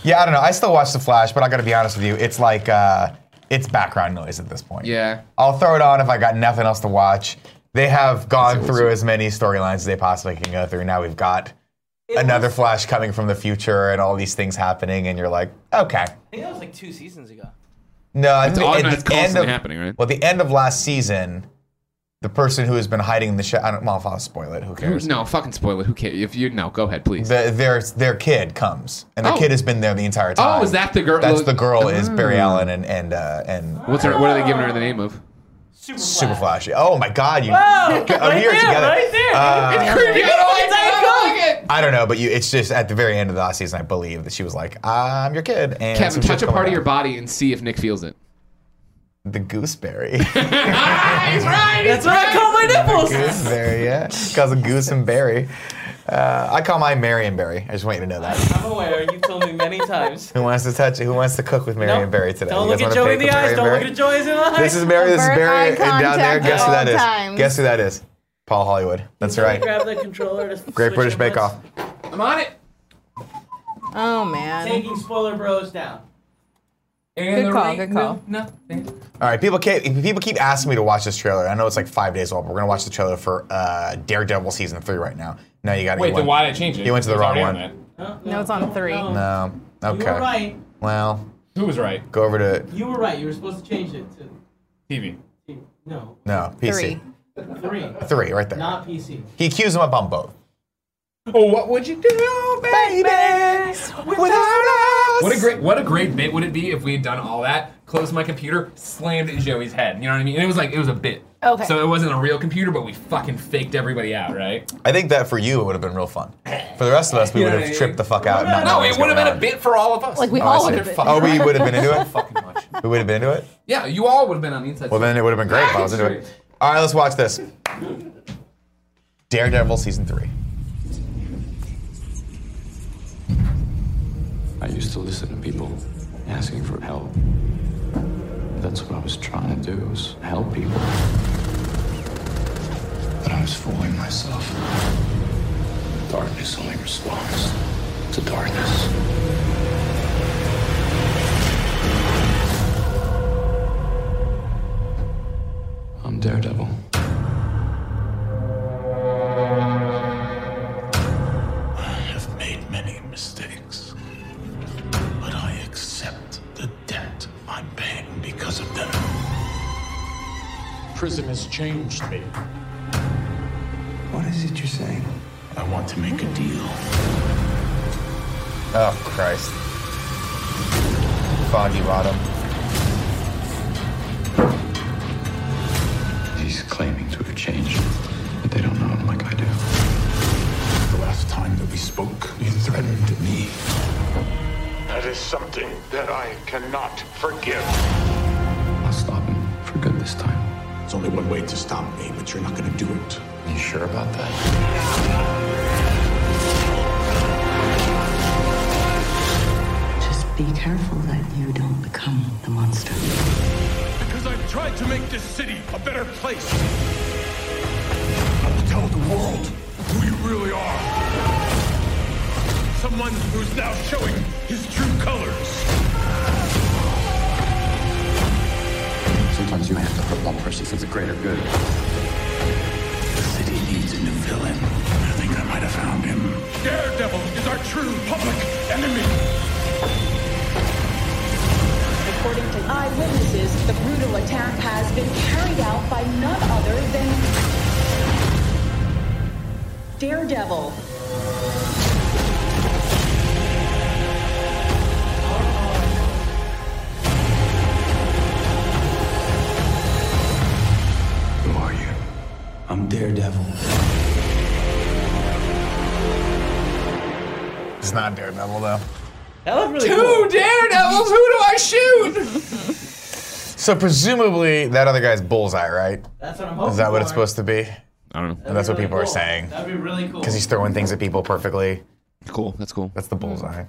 Speaker 1: yeah, I don't know. I still watch The Flash, but I got to be honest with you. It's like uh, it's background noise at this point.
Speaker 4: yeah.
Speaker 1: I'll throw it on if I got nothing else to watch. They have gone through as many storylines as they possibly can go through. Now we've got another Flash coming from the future and all these things happening, and you're like, okay.
Speaker 3: I think that was like two seasons ago.
Speaker 1: No, I
Speaker 4: It's
Speaker 1: think
Speaker 4: all
Speaker 1: at
Speaker 4: that's
Speaker 1: the end
Speaker 4: constantly
Speaker 1: of-
Speaker 4: happening, right?
Speaker 1: Well, at the end of last season, the person who has been hiding in the shadow. I don't well, if I'll spoil it. Who cares?
Speaker 4: No, fucking spoil it. Who cares? If you no, go ahead, please.
Speaker 1: The, their their kid comes, and the
Speaker 4: Oh.
Speaker 1: kid has been there the entire time.
Speaker 4: is that the girl-
Speaker 1: That's the girl. Is Barry Allen and and uh, and
Speaker 4: What's her? What are they giving her the name of?
Speaker 6: Super,
Speaker 1: super
Speaker 6: flash.
Speaker 1: flashy? Oh my God! You
Speaker 6: Oh,
Speaker 1: Oh,
Speaker 6: right
Speaker 1: here
Speaker 6: there,
Speaker 1: together.
Speaker 6: right there.
Speaker 1: Uh,
Speaker 4: Kevin,
Speaker 1: I don't know, but you, it's just at the very end of the last season, I believe that she was like, "I'm your kid." And some
Speaker 4: touch
Speaker 1: shit's
Speaker 4: a
Speaker 1: going
Speaker 4: part of
Speaker 1: down.
Speaker 4: your body and see if Nick feels it.
Speaker 1: the gooseberry.
Speaker 4: He's right.
Speaker 6: That's what I call my nipples.
Speaker 1: gooseberry, yeah, because of goose and berry. Uh, I call mine Mary and Berry. I just want you to know that.
Speaker 3: I'm aware. You've told me many times.
Speaker 1: Who wants to touch it? Who wants to cook with Mary
Speaker 3: No,
Speaker 1: and Berry today?
Speaker 3: Don't
Speaker 1: You
Speaker 3: look
Speaker 1: guys
Speaker 3: at
Speaker 1: wanna
Speaker 3: Joey in
Speaker 1: pick
Speaker 3: the eyes.
Speaker 1: Mary and
Speaker 3: Don't look
Speaker 1: Berry?
Speaker 3: at Joey's in the eyes.
Speaker 1: This is Mary. This is
Speaker 2: Avert
Speaker 1: Barry.
Speaker 2: eye
Speaker 1: And down there,
Speaker 2: contact
Speaker 1: guess
Speaker 2: at
Speaker 1: who
Speaker 2: all
Speaker 1: that is?
Speaker 2: times.
Speaker 1: Guess who that is? Paul Hollywood. That's right.
Speaker 3: Grab the controller. To
Speaker 1: Great British Bake Off.
Speaker 4: I'm on it.
Speaker 2: Oh man.
Speaker 3: Taking spoiler bros down.
Speaker 4: And
Speaker 2: Good
Speaker 4: the
Speaker 2: call,
Speaker 4: ring
Speaker 2: good call.
Speaker 4: meant Nothing.
Speaker 1: All right, people keep people keep asking me to watch this trailer. I know it's like five days old, but we're gonna watch the trailer for uh, Daredevil season three right now. No, you got
Speaker 4: Wait, then why did I change it?
Speaker 1: You went to the
Speaker 4: It's
Speaker 1: wrong
Speaker 4: already
Speaker 1: one.
Speaker 4: that.
Speaker 3: No,
Speaker 2: No, it's on three.
Speaker 3: No.
Speaker 1: No.
Speaker 3: You
Speaker 1: Um, Okay.
Speaker 3: were right.
Speaker 1: Well,
Speaker 4: Who was right?
Speaker 1: go over to
Speaker 3: You were right. You were supposed to change it to
Speaker 4: TV.
Speaker 3: no
Speaker 1: no PC
Speaker 2: Three.
Speaker 3: three,
Speaker 1: three right there.
Speaker 3: not PC.
Speaker 1: He cues him up on both.
Speaker 4: Oh, what would you do,
Speaker 1: Without us.
Speaker 4: What a great what a great bit would it be if we had done all that, closed my computer, slammed it in Joey's head. You know what I mean? And it was like it was a bit.
Speaker 2: Okay.
Speaker 4: So it wasn't a real computer, but we fucking faked everybody out, right?
Speaker 1: I think that for you it would have been real fun. For the rest of us, we
Speaker 4: You
Speaker 1: would
Speaker 4: know
Speaker 1: have
Speaker 4: what I
Speaker 1: tripped
Speaker 4: mean?
Speaker 1: the fuck out. and not known
Speaker 4: No,
Speaker 1: what
Speaker 4: it
Speaker 1: was
Speaker 4: would have
Speaker 1: going
Speaker 4: been a
Speaker 1: on.
Speaker 4: bit for all of us.
Speaker 2: Like we
Speaker 1: Oh, I
Speaker 2: all would
Speaker 1: see.
Speaker 2: have been.
Speaker 1: Oh, we would have been into it.
Speaker 4: fucking much.
Speaker 1: We would have been into it.
Speaker 4: Yeah, you all would have been on the inside.
Speaker 1: Well, then it would have been great if I was into it. All right, let's watch this. Daredevil season three.
Speaker 7: I used to listen to people asking for help. That's what I was trying to do, was help people. But I was fooling myself. Darkness only responds to darkness. I'm Daredevil.
Speaker 8: I have made many mistakes, but I accept the debt I'm paying because of them. Prison has changed me.
Speaker 7: What is it you're saying?
Speaker 8: I want to make a deal.
Speaker 1: Oh Christ. Foggy bottom.
Speaker 7: He's claiming to have changed, but they don't know him like I do.
Speaker 8: The last time that we spoke, you threatened me.
Speaker 9: That is something that I cannot forgive.
Speaker 7: I'll stop him for good this time.
Speaker 8: There's only one way to stop me, but you're not going to do it.
Speaker 7: You sure about that?
Speaker 10: Just be careful that you don't become the monster.
Speaker 9: Because I've tried to make this city a better place.
Speaker 8: I will tell the world who you really are.
Speaker 9: Someone who's now showing his true colors.
Speaker 7: Sometimes you have to hurt one person for the greater good.
Speaker 8: The city needs a new villain. I think I might have found him.
Speaker 9: Daredevil is our true public enemy.
Speaker 11: According to eyewitnesses, the brutal attack has been carried out by none other than Daredevil.
Speaker 7: Who are you? I'm Daredevil.
Speaker 1: It's not Daredevil though.
Speaker 3: That looked really
Speaker 4: Two
Speaker 3: cool.
Speaker 4: daredevils. Who do I shoot?
Speaker 1: So presumably that other guy's bullseye, right?
Speaker 3: That's what I'm hoping
Speaker 1: Is that what it's
Speaker 3: for.
Speaker 1: supposed to be?
Speaker 4: I don't know.
Speaker 3: That'd
Speaker 1: that's
Speaker 3: be
Speaker 1: what people are
Speaker 3: cool.
Speaker 1: saying.
Speaker 3: That'd be really cool.
Speaker 1: Because he's throwing things at people perfectly.
Speaker 4: Cool. That's cool.
Speaker 1: That's the bullseye.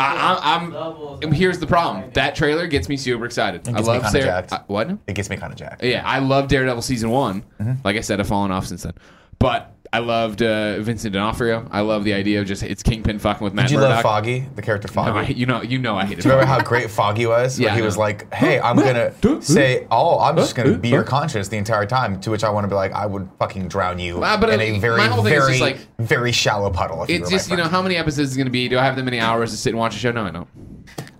Speaker 4: I, I,
Speaker 3: Doubles.
Speaker 4: I'm. Here's the problem. That trailer gets me super excited. I
Speaker 1: gets me
Speaker 4: love
Speaker 1: kinda
Speaker 4: Sarah.
Speaker 1: jacked.
Speaker 4: I, what?
Speaker 1: It gets me kind of jacked.
Speaker 4: Yeah, I love Daredevil season one.
Speaker 1: Mm-hmm.
Speaker 4: Like I said, I've fallen off since then. But I loved uh, Vincent D'Onofrio. I love the idea of just it's Kingpin fucking with Matt
Speaker 1: Did you
Speaker 4: Murdock.
Speaker 1: love Foggy, the character Foggy?
Speaker 4: No, I, you know, you know, I hate it.
Speaker 1: Remember how great Foggy was? Where
Speaker 4: Yeah,
Speaker 1: he
Speaker 4: I
Speaker 1: was
Speaker 4: know.
Speaker 1: like, hey, I'm going to say, oh, I'm just going to be your conscience the entire time. To which I want to be like, I would fucking drown you
Speaker 4: Ah, but
Speaker 1: in
Speaker 4: it-
Speaker 1: a very,
Speaker 4: my whole thing is
Speaker 1: very,
Speaker 4: just like-
Speaker 1: very shallow puddle. If you
Speaker 4: It's
Speaker 1: were
Speaker 4: just
Speaker 1: my
Speaker 4: you know
Speaker 1: friend.
Speaker 4: how many
Speaker 2: Uh,
Speaker 4: episodes is it going to be? Do I have that many hours to sit and watch a show? No, I don't.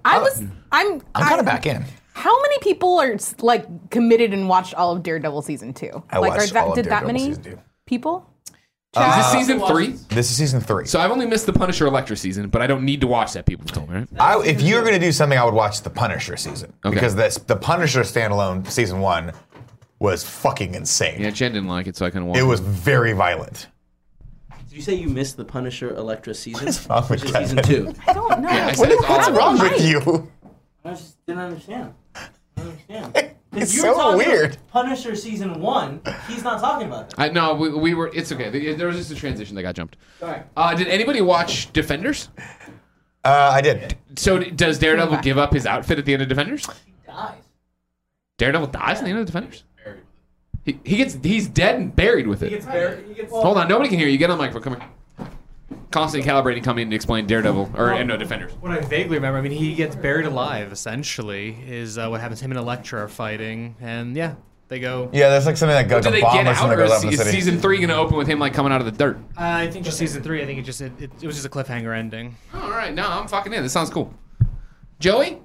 Speaker 2: I was. I'm.
Speaker 1: I'm kind of back in.
Speaker 2: How many people are like committed and watched all of Daredevil season two?
Speaker 1: I
Speaker 2: like,
Speaker 1: watched
Speaker 2: that,
Speaker 1: all of
Speaker 2: did that
Speaker 1: Daredevil
Speaker 2: many
Speaker 1: season two.
Speaker 2: people?
Speaker 4: Is this season three?
Speaker 1: This is season three.
Speaker 4: So I've only missed the Punisher Electra season, but I don't need to watch that. People told me, right?
Speaker 1: I, if you were going to do something, I would watch the Punisher season because this, the Punisher standalone season one was fucking insane.
Speaker 4: Yeah, Jen didn't like it, so I couldn't watch
Speaker 1: It was very violent.
Speaker 3: Did you say you missed the Punisher Electra season?
Speaker 1: wrong with
Speaker 3: Which is
Speaker 1: Kevin?
Speaker 3: season two.
Speaker 2: I don't know.
Speaker 4: I said it's
Speaker 1: What's
Speaker 4: all-
Speaker 1: wrong with you?
Speaker 6: I just didn't understand. I don't understand. 'Cause
Speaker 1: It's
Speaker 6: you were
Speaker 1: so
Speaker 6: talking about
Speaker 1: weird.
Speaker 6: Punisher season one. He's not talking about that.
Speaker 4: I no, we, we were. It's okay. There was just a transition that got jumped.
Speaker 6: Sorry.
Speaker 4: Uh, did anybody watch Defenders?
Speaker 1: Uh, I did.
Speaker 4: So d- does Daredevil give up his outfit at the end of Defenders?
Speaker 6: Guys.
Speaker 4: Daredevil dies at the end of Defenders. He, he gets he's dead and buried with
Speaker 6: He
Speaker 4: it.
Speaker 6: gets buried. He gets.
Speaker 4: Hold on, nobody can hear you. Get on the microphone. Come here. Constant calibrating, come in and explain Daredevil or and no Defenders.
Speaker 12: What I vaguely remember, I mean, he gets buried alive. Essentially, is uh, what happens. Him and Elektra are fighting, and yeah, they go.
Speaker 1: Yeah, there's like something that
Speaker 4: Well,
Speaker 1: goes
Speaker 4: do
Speaker 1: a
Speaker 4: they
Speaker 1: bomb
Speaker 4: get
Speaker 1: or something
Speaker 4: out,
Speaker 1: that
Speaker 4: or
Speaker 1: goes up
Speaker 4: is,
Speaker 1: in the
Speaker 4: is
Speaker 1: city.
Speaker 4: season three going to open with him like coming out of the dirt?
Speaker 12: I think just season three. I think it just it, it, it was just a cliffhanger ending.
Speaker 4: All right, no, I'm fucking in. This sounds cool. Joey,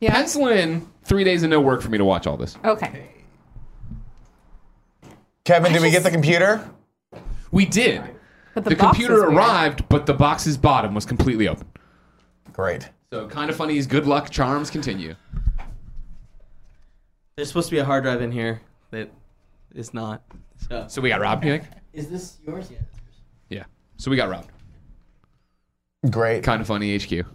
Speaker 4: yeah. pencil in three days of no work for me to watch all this.
Speaker 2: Okay.
Speaker 1: Kevin, did we get the computer?
Speaker 4: We did.
Speaker 2: But
Speaker 4: the
Speaker 1: box
Speaker 4: computer
Speaker 1: is weird.
Speaker 4: arrived, but the box's bottom was completely open.
Speaker 1: Great.
Speaker 4: So kind of funny is good luck charms continue.
Speaker 3: There's supposed to be a hard drive in here that is not. So,
Speaker 4: so we got robbed, you think?
Speaker 6: Is this yours yet?
Speaker 4: Yeah. So we got robbed.
Speaker 1: Great.
Speaker 4: Kind of funny HQ.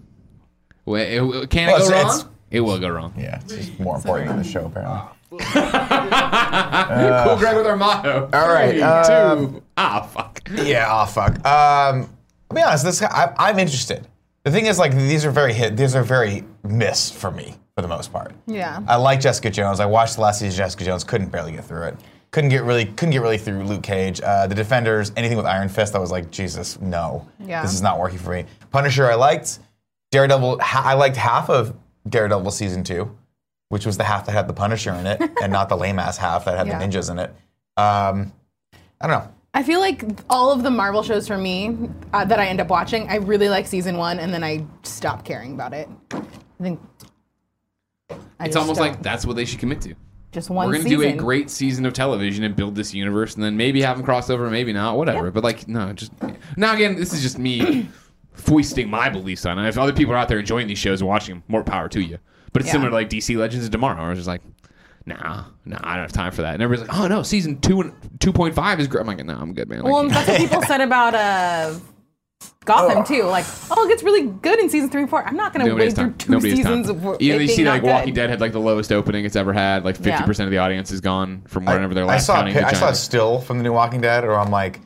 Speaker 4: Well, it- it- can
Speaker 1: Well,
Speaker 4: it go
Speaker 1: it's-
Speaker 4: wrong?
Speaker 1: it's-
Speaker 4: It will go wrong.
Speaker 1: Yeah, it's just more important than the show, apparently.
Speaker 4: cool, Greg, with our motto.
Speaker 1: All right.
Speaker 4: Three,
Speaker 1: um,
Speaker 4: two. Ah, fuck.
Speaker 1: Yeah, ah, fuck. Um, I'll be honest. This, I, I'm interested. The thing is, like, these are very hit. These are very miss for me, for the most part.
Speaker 2: Yeah.
Speaker 1: I like Jessica Jones. I watched the last season of Jessica Jones. Couldn't barely get through it. Couldn't get really. Couldn't get really through Luke Cage. Uh, the Defenders. Anything with Iron Fist. I was like, Jesus, no.
Speaker 2: Yeah.
Speaker 1: This is not working for me. Punisher. I liked. Daredevil. Ha- I liked half of Daredevil season two, which was the half that had the Punisher in it, and not the lame ass half that had
Speaker 2: Yeah.
Speaker 1: the ninjas in it. Um, I don't know.
Speaker 2: I feel like all of the Marvel shows for me uh, that I end up watching, I really like season one, and then I stop caring about it. I think I
Speaker 4: it's
Speaker 2: just
Speaker 4: almost
Speaker 2: don't-
Speaker 4: like that's what they should commit to.
Speaker 2: just one
Speaker 4: We're gonna
Speaker 2: season.
Speaker 4: do a great season of television and build this universe, and then maybe have them cross over, maybe not, whatever. But like, no, just now again, this is just me foisting my beliefs on it. If other people are out there enjoying these shows and watching them, more power to you. But it's
Speaker 2: Yeah.
Speaker 4: similar to like DC Legends of Tomorrow. I was just like, nah, nah, I don't have time for that. And everybody's like, oh no, season two and two point five is great. I'm like, no, I'm good, man. Like,
Speaker 2: Well, that's what people said about uh, Gotham too. Like, oh, it gets really good in season three and four. I'm not going to wait
Speaker 4: Nobody has
Speaker 2: through
Speaker 4: time.
Speaker 2: two
Speaker 4: Nobody has time.
Speaker 2: seasons of it
Speaker 4: You know, you
Speaker 2: being
Speaker 4: see,
Speaker 2: not
Speaker 4: like
Speaker 2: good.
Speaker 4: Walking Dead had like the lowest opening it's ever had. Like
Speaker 2: Yeah.
Speaker 4: fifty percent of the audience is gone from whenever their
Speaker 1: I
Speaker 4: last
Speaker 1: saw a
Speaker 4: counting.
Speaker 1: pi-
Speaker 4: in
Speaker 1: I saw a
Speaker 4: China.
Speaker 1: still from the new Walking Dead, or I'm like,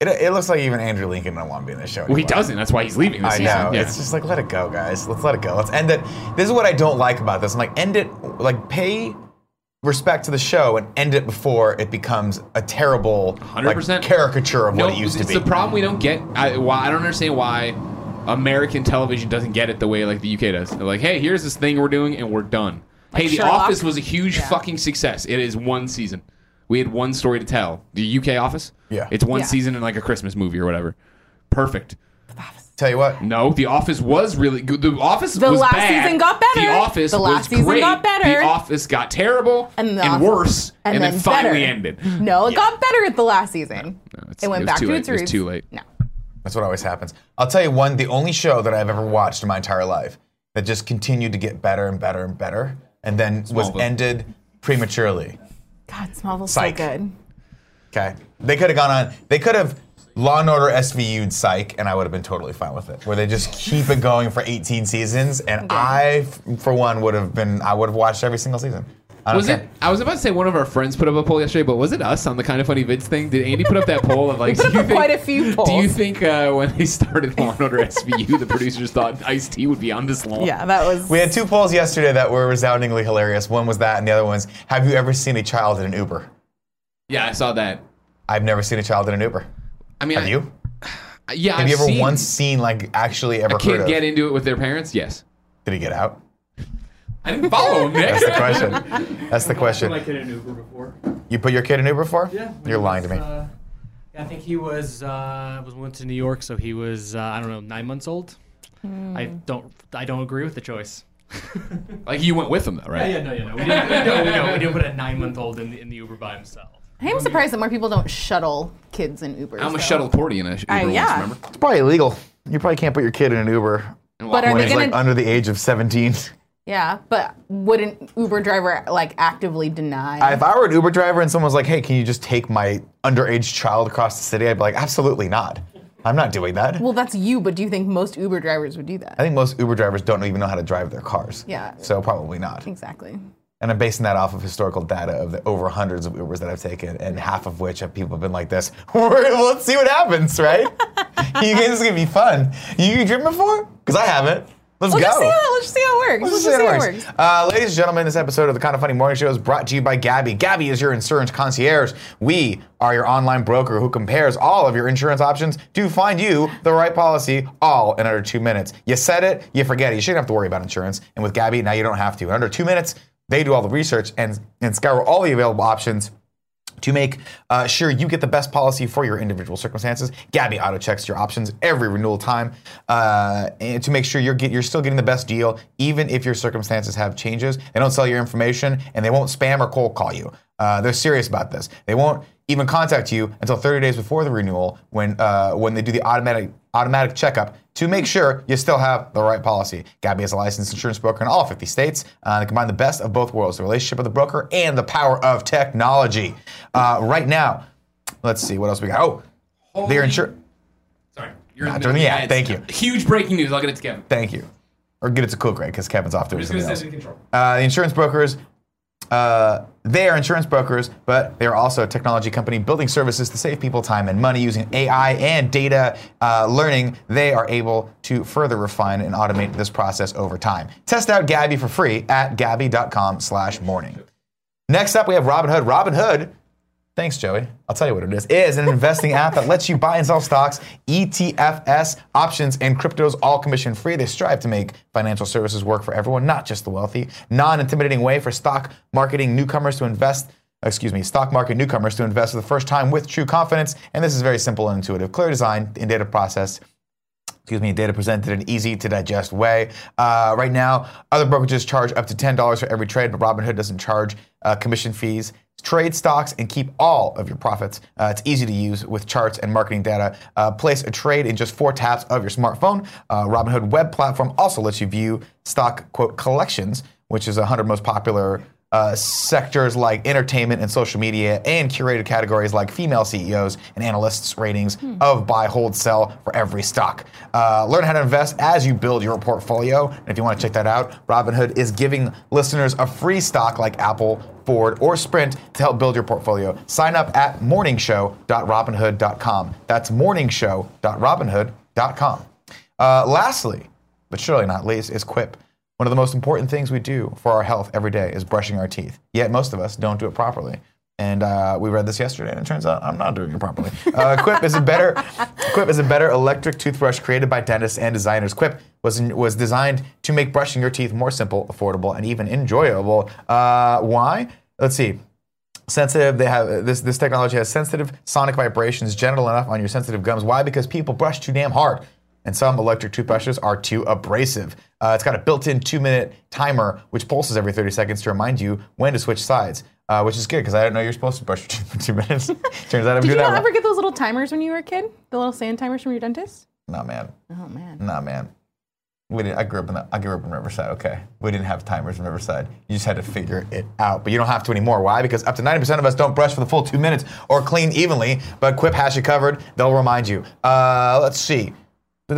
Speaker 1: it, it looks like even Andrew Lincoln don't want to be in this show.
Speaker 4: Well, he
Speaker 1: anymore.
Speaker 4: doesn't. That's why he's leaving this
Speaker 1: I
Speaker 4: season.
Speaker 1: know.
Speaker 4: Yeah.
Speaker 1: It's just like let it go, guys. Let's let it go. Let's end it. This is what I don't like about this. I'm like, end it. Like, pay respect to the show and end it before it becomes a terrible, like,
Speaker 4: 100%.
Speaker 1: caricature of what it used to
Speaker 4: it's
Speaker 1: be.
Speaker 4: the problem we don't get. I, why I don't understand why American television doesn't get it the way like the UK does. They're like, hey, here's this thing we're doing, and we're done.
Speaker 12: Like
Speaker 4: hey, The
Speaker 12: Sherlock?
Speaker 4: Office was a huge fucking success. It is one season. We had one story to tell. The UK Office.
Speaker 1: Yeah.
Speaker 4: It's one
Speaker 1: Yeah.
Speaker 4: season in like a Christmas movie or whatever. Perfect.
Speaker 1: Tell you what.
Speaker 4: No, The Office was really good. The Office
Speaker 2: The
Speaker 4: was
Speaker 2: last
Speaker 4: bad.
Speaker 2: season got better.
Speaker 4: The Office
Speaker 2: The last
Speaker 4: was
Speaker 2: season
Speaker 4: great.
Speaker 2: got better.
Speaker 4: The Office got terrible and,
Speaker 2: The Office-
Speaker 4: worse, and, then, finally
Speaker 2: better.
Speaker 4: ended.
Speaker 2: No, it got better at the last season. it went
Speaker 1: it was
Speaker 2: back
Speaker 1: too
Speaker 2: to
Speaker 1: late.
Speaker 2: its
Speaker 1: It was
Speaker 2: roots.
Speaker 1: too late.
Speaker 2: No.
Speaker 1: That's what always happens. I'll tell you one. The only show that I've ever watched in my entire life that just continued to get better and better and better, and then was
Speaker 2: Smallville.
Speaker 1: ended prematurely.
Speaker 2: God, Smallville's
Speaker 1: Psych.
Speaker 2: so good.
Speaker 1: Okay. They could have gone on. They could have Law and Order SVU'd Psych, and I would have been totally fine with it. Where they just keep it going for 18 seasons, and I, f- for one, would have been. I would have watched every single season. I don't
Speaker 4: Was
Speaker 1: care.
Speaker 4: it? I was about to say one of our friends put up a poll yesterday, but was it us on the kind of funny vids thing? Did Andy put up that poll of like?
Speaker 2: We put
Speaker 4: do you
Speaker 2: up quite a few
Speaker 4: Do you
Speaker 2: polls.
Speaker 4: think uh, when they started Law and Order SVU, the producers thought Ice T would be on this long?
Speaker 2: that was.
Speaker 1: We had two polls yesterday that were resoundingly hilarious. One was that, and the other one's Have you ever seen a child in an Uber?
Speaker 4: Yeah, I saw that.
Speaker 1: I've never seen a child in an Uber.
Speaker 4: I mean,
Speaker 1: have
Speaker 4: I-
Speaker 1: you?
Speaker 4: Yeah,
Speaker 1: Have
Speaker 4: I've
Speaker 1: you ever
Speaker 4: seen-
Speaker 1: once seen like actually ever
Speaker 4: A
Speaker 1: heard
Speaker 4: kid
Speaker 1: of?
Speaker 4: get into it with their parents? Yes.
Speaker 1: Did he get out?
Speaker 4: I didn't follow him. Nick.
Speaker 1: That's the question. That's the
Speaker 6: I
Speaker 1: question.
Speaker 6: put my kid in Uber before.
Speaker 1: You put your kid in Uber before?
Speaker 6: Yeah. when
Speaker 1: You're
Speaker 6: he
Speaker 1: lying to
Speaker 6: was,
Speaker 1: me.
Speaker 6: uh,
Speaker 12: I think he was uh, was went to New York, so he was uh, I don't know nine months old. I don't I don't agree with the choice.
Speaker 4: like you went with him though, right?
Speaker 12: Yeah, yeah, no, yeah, no. We didn't, no, no, we didn't put a nine-month-old in the, in the Uber by himself.
Speaker 2: I am surprised that more people don't shuttle kids in Ubers.
Speaker 4: I'm
Speaker 2: though.
Speaker 4: a shuttle porty in a Uber
Speaker 2: Uh,
Speaker 4: once,
Speaker 2: yeah.
Speaker 4: remember?
Speaker 1: It's probably illegal. You probably can't put your kid in an Uber
Speaker 2: But are
Speaker 1: when
Speaker 2: they
Speaker 1: it's like
Speaker 2: gonna-
Speaker 1: under the age of 17.
Speaker 2: Yeah, but would an Uber driver like actively deny?
Speaker 1: If I were an Uber driver and someone was like, hey, can you just take my underage child across the city? I'd be like, absolutely not. I'm not doing that.
Speaker 2: well, that's you, but do you think most Uber drivers would do that?
Speaker 1: I think most Uber drivers don't even know how to drive their cars.
Speaker 2: Yeah.
Speaker 1: So probably not.
Speaker 2: Exactly.
Speaker 1: And I'm basing that off of historical data of the over hundreds of Ubers that I've taken, and half of which have people been like this. well, let's see what happens, right? you guys, this is gonna be fun. You, you driven before? Because I haven't. Let's
Speaker 2: Let's
Speaker 1: go.
Speaker 2: just see how let's just see how it
Speaker 1: Let's
Speaker 2: works. Let's
Speaker 1: just
Speaker 2: just
Speaker 1: see how it works. Uh, ladies and gentlemen, this episode of the Kind of Funny Morning Show is brought to you by Gabby. Gabby is your insurance concierge. We are your online broker who compares all of your insurance options to find you the right policy all in under two minutes. You said it, you forget it. You shouldn't have to worry about insurance. And with Gabby, now you don't have to. In under two minutes, they do all the research and, and scour all the available options to make uh, sure you get the best policy for your individual circumstances. Gabby auto checks your options every renewal time uh, and to make sure you're get, you're still getting the best deal, even if your circumstances have changes. They don't sell your information and they won't spam or cold call you. Uh, they're serious about this. They won't even contact you until 30 days before the renewal when uh, when they do the automatic automatic checkup to make sure you still have the right policy. Gabby is a licensed insurance broker in all 50 states. Uh, they combine the best of both worlds, the relationship of the broker and the power of technology. Uh, right now, let's see what else we got. Oh, their insurance.
Speaker 4: Sorry, you're in
Speaker 1: Not
Speaker 4: middle
Speaker 1: during the
Speaker 4: of
Speaker 1: ad. Thank you.
Speaker 4: Huge breaking news. I'll get it to Kevin.
Speaker 1: Thank you. Or get it to Cool Greg because Kevin's off doing
Speaker 4: just gonna
Speaker 1: something else.
Speaker 4: say it's in control.
Speaker 1: Uh, the insurance brokers, uh, they are insurance brokers, but they are also a technology company building services to save people time and money using AI and data uh, learning. They are able to further refine and automate this process over time. Test out Gabby for free at gabby.com/morning. Next up, we have Robinhood. Robinhood Thanks, Joey. I'll tell you what it is. It is an investing app that lets you buy and sell stocks, E ETFs, options, and cryptos all commission free. They strive to make financial services work for everyone, not just the wealthy. Non-intimidating way for stock marketing newcomers to invest. Excuse me, stock market newcomers to invest for the first time with true confidence. And this is very simple and intuitive. Clear design and data process excuse me, data presented in an easy to digest way. Uh, right now, other brokerages charge up to $10 for every trade, but Robinhood doesn't charge uh, commission fees. Trade stocks and keep all of your profits. Uh, it's easy to use with charts and marketing data. Uh, place a trade in just four taps of your smartphone. Uh, Robinhood web platform also lets you view stock quote collections, which is 100 most popular uh, sectors like entertainment and social media, and curated categories like female CEOs and analysts' ratings of buy, hold, sell for every stock. Uh, learn how to invest as you build your portfolio. And if you want to check that out, Robinhood is giving listeners a free stock like Apple, Ford, or Sprint to help build your portfolio. Sign up at morningshow.robinhood.com. That's morningshow.robinhood.com. Uh, lastly, but surely not least, is Quip. One of the most important things we do for our health every day is brushing our teeth. Yet most of us don't do it properly. And uh, we read this yesterday, and it turns out I'm not doing it properly. Uh, Quip is a better Quip is a better electric toothbrush created by dentists and designers. Quip was was designed to make brushing your teeth more simple, affordable, and even enjoyable. Uh, why? Let's see sensitive. They have this. This technology has sensitive sonic vibrations, gentle enough on your sensitive gums. Why? Because people brush too damn hard, and some electric toothbrushes are too abrasive. Uh, it's got a built-in two-minute timer which pulses every 30 seconds to remind you when to switch sides, uh, which is good because I didn't know you're supposed to brush your teeth for two minutes. Turns out I'm
Speaker 2: Did you
Speaker 1: doing that.
Speaker 2: not
Speaker 1: wrong.
Speaker 2: ever get those little timers when you were a kid? The little sand timers from your dentist?
Speaker 1: Nah, man.
Speaker 2: Oh man.
Speaker 1: Nah, man. We didn't, I grew up in the, I grew up in Riverside. Okay, we didn't have timers in Riverside. You just had to figure it out, but you don't have to anymore. Why? Because up to ninety percent of us don't brush for the full two minutes or clean evenly. But Quip has you covered. They'll remind you. Uh, let's see.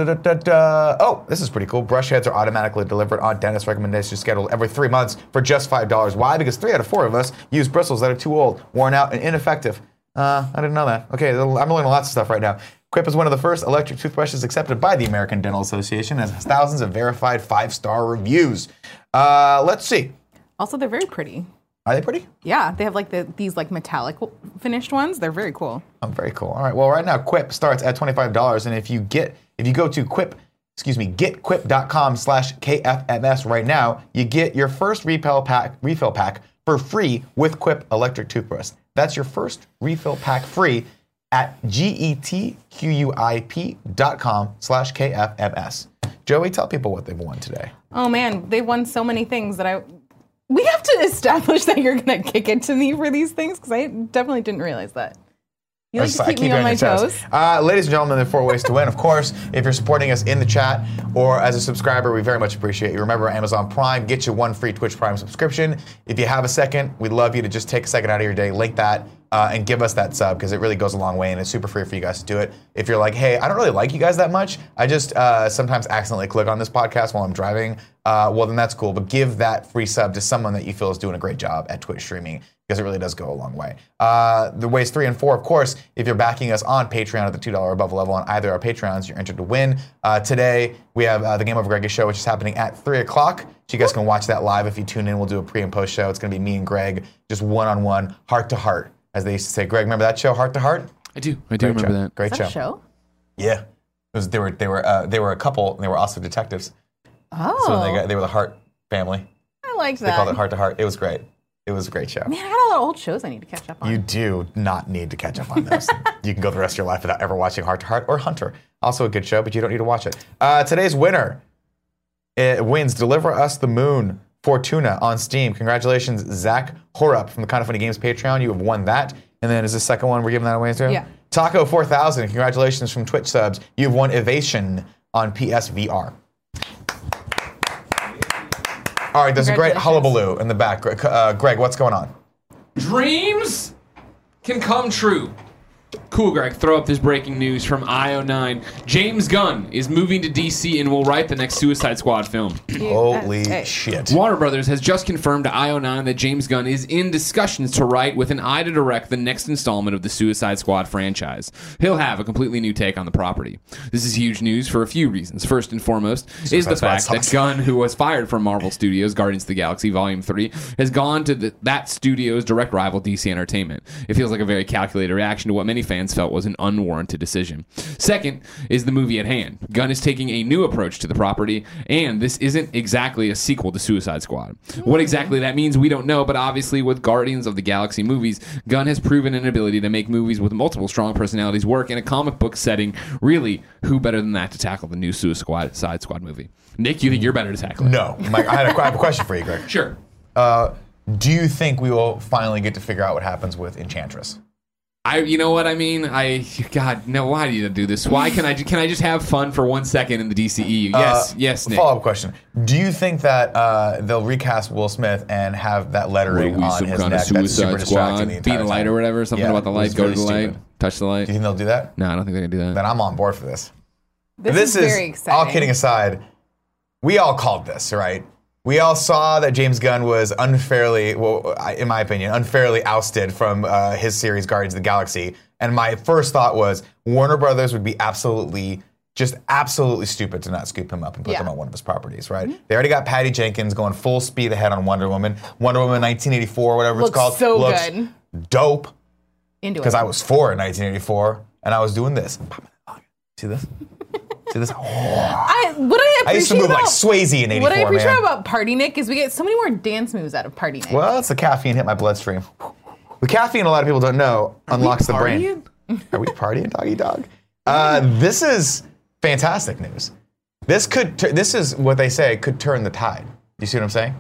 Speaker 1: Da-da-da-da. Oh, this is pretty cool. Brush heads are automatically delivered on dentist recommendations scheduled every three months for just $5. Why? Because three out of four of us use bristles that are too old, worn out, and ineffective. Uh, I didn't know that. Okay, I'm learning lots of stuff right now. Quip is one of the first electric toothbrushes accepted by the American Dental Association and has thousands of verified five star reviews. Uh, let's see.
Speaker 2: Also, they're very pretty.
Speaker 1: Are they pretty?
Speaker 2: Yeah, they have like the, these like metallic w- finished ones. They're very cool.
Speaker 1: Oh, very cool. All right. Well, right now Quip starts at twenty-five dollars, and if you get if you go to Quip, excuse me, getquip.com slash kfms right now, you get your first refill pack refill pack for free with Quip electric toothbrush. That's your first refill pack free E at getquip.com slash kfms. Joey, tell people what they've won today.
Speaker 2: Oh man, they won so many things that I. We have to establish that you're gonna kick it to me for these things because I definitely didn't realize that. You
Speaker 1: I
Speaker 2: like
Speaker 1: just-
Speaker 2: to
Speaker 1: I
Speaker 2: keep, me
Speaker 1: you
Speaker 2: on my
Speaker 1: your
Speaker 2: toes.
Speaker 1: Uh, ladies and gentlemen, there are four ways to win. Of course, if you're supporting us in the chat or as a subscriber, we very much appreciate you. Remember, Amazon Prime, get you one free Twitch Prime subscription. If you have a second, we'd love you to just take a second out of your day, link that, uh, and give us that sub because it really goes a long way and it's super free for you guys to do it. If you're like, hey, I don't really like you guys that much, I just uh, sometimes accidentally click on this podcast while I'm driving, uh, well, then that's cool. But give that free sub to someone that you feel is doing a great job at Twitch streaming because it really does go a long way. Uh, the ways three and four, of course, if you're backing us on Patreon at the $2 above level on either our Patreons, you're entered to win. Uh, today, we have uh, the Game Over Greggy show, which is happening at 3 o'clock. So you guys can watch that live if you tune in. We'll do a pre and post show. It's going to be me and Greg, just one on one, heart to heart, as they used to say. Greg, remember that show, Heart to Heart?
Speaker 4: I do. I do
Speaker 1: Great
Speaker 4: remember
Speaker 1: show.
Speaker 4: that.
Speaker 1: Great
Speaker 2: Is that a show?
Speaker 1: Yeah. It was, they were they were uh, they were a couple and they were also detectives.
Speaker 2: Oh,
Speaker 1: So they, got, they were the Hart family.
Speaker 2: I like
Speaker 1: They
Speaker 2: that.
Speaker 1: called it Heart to Heart. It was great. It was a great show.
Speaker 2: Man, I got a lot of old shows I need to catch up on.
Speaker 1: You do not need to catch up on those. you can go the rest of your life without ever watching Heart to Heart or Hunter. Also a good show, but you don't need to watch it. Uh, today's winner it wins Deliver Us the Moon Fortuna on Steam. Congratulations, Zach Horup from the Kind of Funny Games Patreon. You have won that. And then is the second one we're giving that away to?
Speaker 2: Yeah.
Speaker 1: Taco 4000, congratulations from Twitch subs. You've won Evasion on PSVR. All right, there's a great hullabaloo in the back. Gre- Uh, Greg, what's going on?
Speaker 4: Dreams can come true. Cool, Greg. Throw up this breaking news from IO9. James Gunn is moving to DC and will write the next Suicide Squad film.
Speaker 2: Uh,
Speaker 1: Holy shit.
Speaker 4: Warner Brothers has just confirmed to IO9 that James Gunn is in discussions to write with an eye to direct the next installment of the Suicide Squad franchise. He'll have a completely new take on the property. This is huge news for a few reasons. First and foremost is the
Speaker 1: Suicide Squad
Speaker 4: fact that
Speaker 1: sucks.
Speaker 4: Gunn, who was fired from Marvel Studios Guardians of the Galaxy Volume 3, has gone to the, that studio's direct rival DC Entertainment. It feels like a very calculated reaction to what many fans felt was an unwarranted decision. Second is the movie at hand. Gunn is taking a new approach to the property, and this isn't exactly a sequel to Suicide Squad. What exactly that means, we don't know, but obviously with Guardians of the Galaxy movies, Gunn has proven an ability to make movies with multiple strong personalities work in a comic book setting. Really, who better than that to tackle the new Suicide Squad movie? Nick, you think you're better to tackle it?
Speaker 1: No. Mike, I, had a, I have a question for you, Greg.
Speaker 4: Sure.
Speaker 1: Uh, do you think we will finally get to figure out what happens with Enchantress?
Speaker 4: I, you know what I mean? I, God, no, why do you do this? Why can I, can I just have fun for one second in the DCEU? Yes,
Speaker 1: Uh,
Speaker 4: yes, Nick.
Speaker 1: Follow up question: Do you think that uh, they'll recast Will Smith and have that lettering
Speaker 4: Were we
Speaker 1: on
Speaker 4: some
Speaker 1: his
Speaker 4: kind of
Speaker 1: neck that's super
Speaker 4: Suicide Squad?
Speaker 1: distracting the
Speaker 4: Be
Speaker 1: entire
Speaker 4: the light
Speaker 1: time?
Speaker 4: or whatever, something about the
Speaker 1: it
Speaker 4: light,
Speaker 1: was
Speaker 4: go to
Speaker 1: really
Speaker 4: the light, touch the light.
Speaker 1: Do you think they'll do that?
Speaker 4: No, I don't think they're gonna do that.
Speaker 1: Then I'm on board for this.
Speaker 2: This is very exciting.
Speaker 1: All kidding aside, we all called this, right? We all saw that James Gunn was unfairly, well, I- in my opinion, unfairly ousted from uh, his series Guardians of the Galaxy. And my first thought was Warner Brothers would be absolutely, just absolutely stupid to not scoop him up and put
Speaker 2: Yeah.
Speaker 1: them on one of his properties, right? They already got Patty Jenkins going full speed ahead on Wonder Woman. Wonder Woman 1984, whatever
Speaker 2: Looks
Speaker 1: it's called,
Speaker 2: so
Speaker 1: looks
Speaker 2: good.
Speaker 1: dope
Speaker 2: Into it.
Speaker 1: because I was four in 1984 and I was doing this. See this? See this?
Speaker 2: I what I appreciate
Speaker 1: I used to move
Speaker 2: about,
Speaker 1: like Swayze in
Speaker 2: What I
Speaker 1: 84,
Speaker 2: appreciate
Speaker 1: man.
Speaker 2: about Party Nick is we get so many more dance moves out of Party Nick.
Speaker 1: Well, it's the caffeine hit my bloodstream. The caffeine, a lot of people don't know, unlocks the brain. Are we partying, doggy dog? Uh, this is fantastic news. This could. T- this is what they say could turn the tide. You see what I'm saying?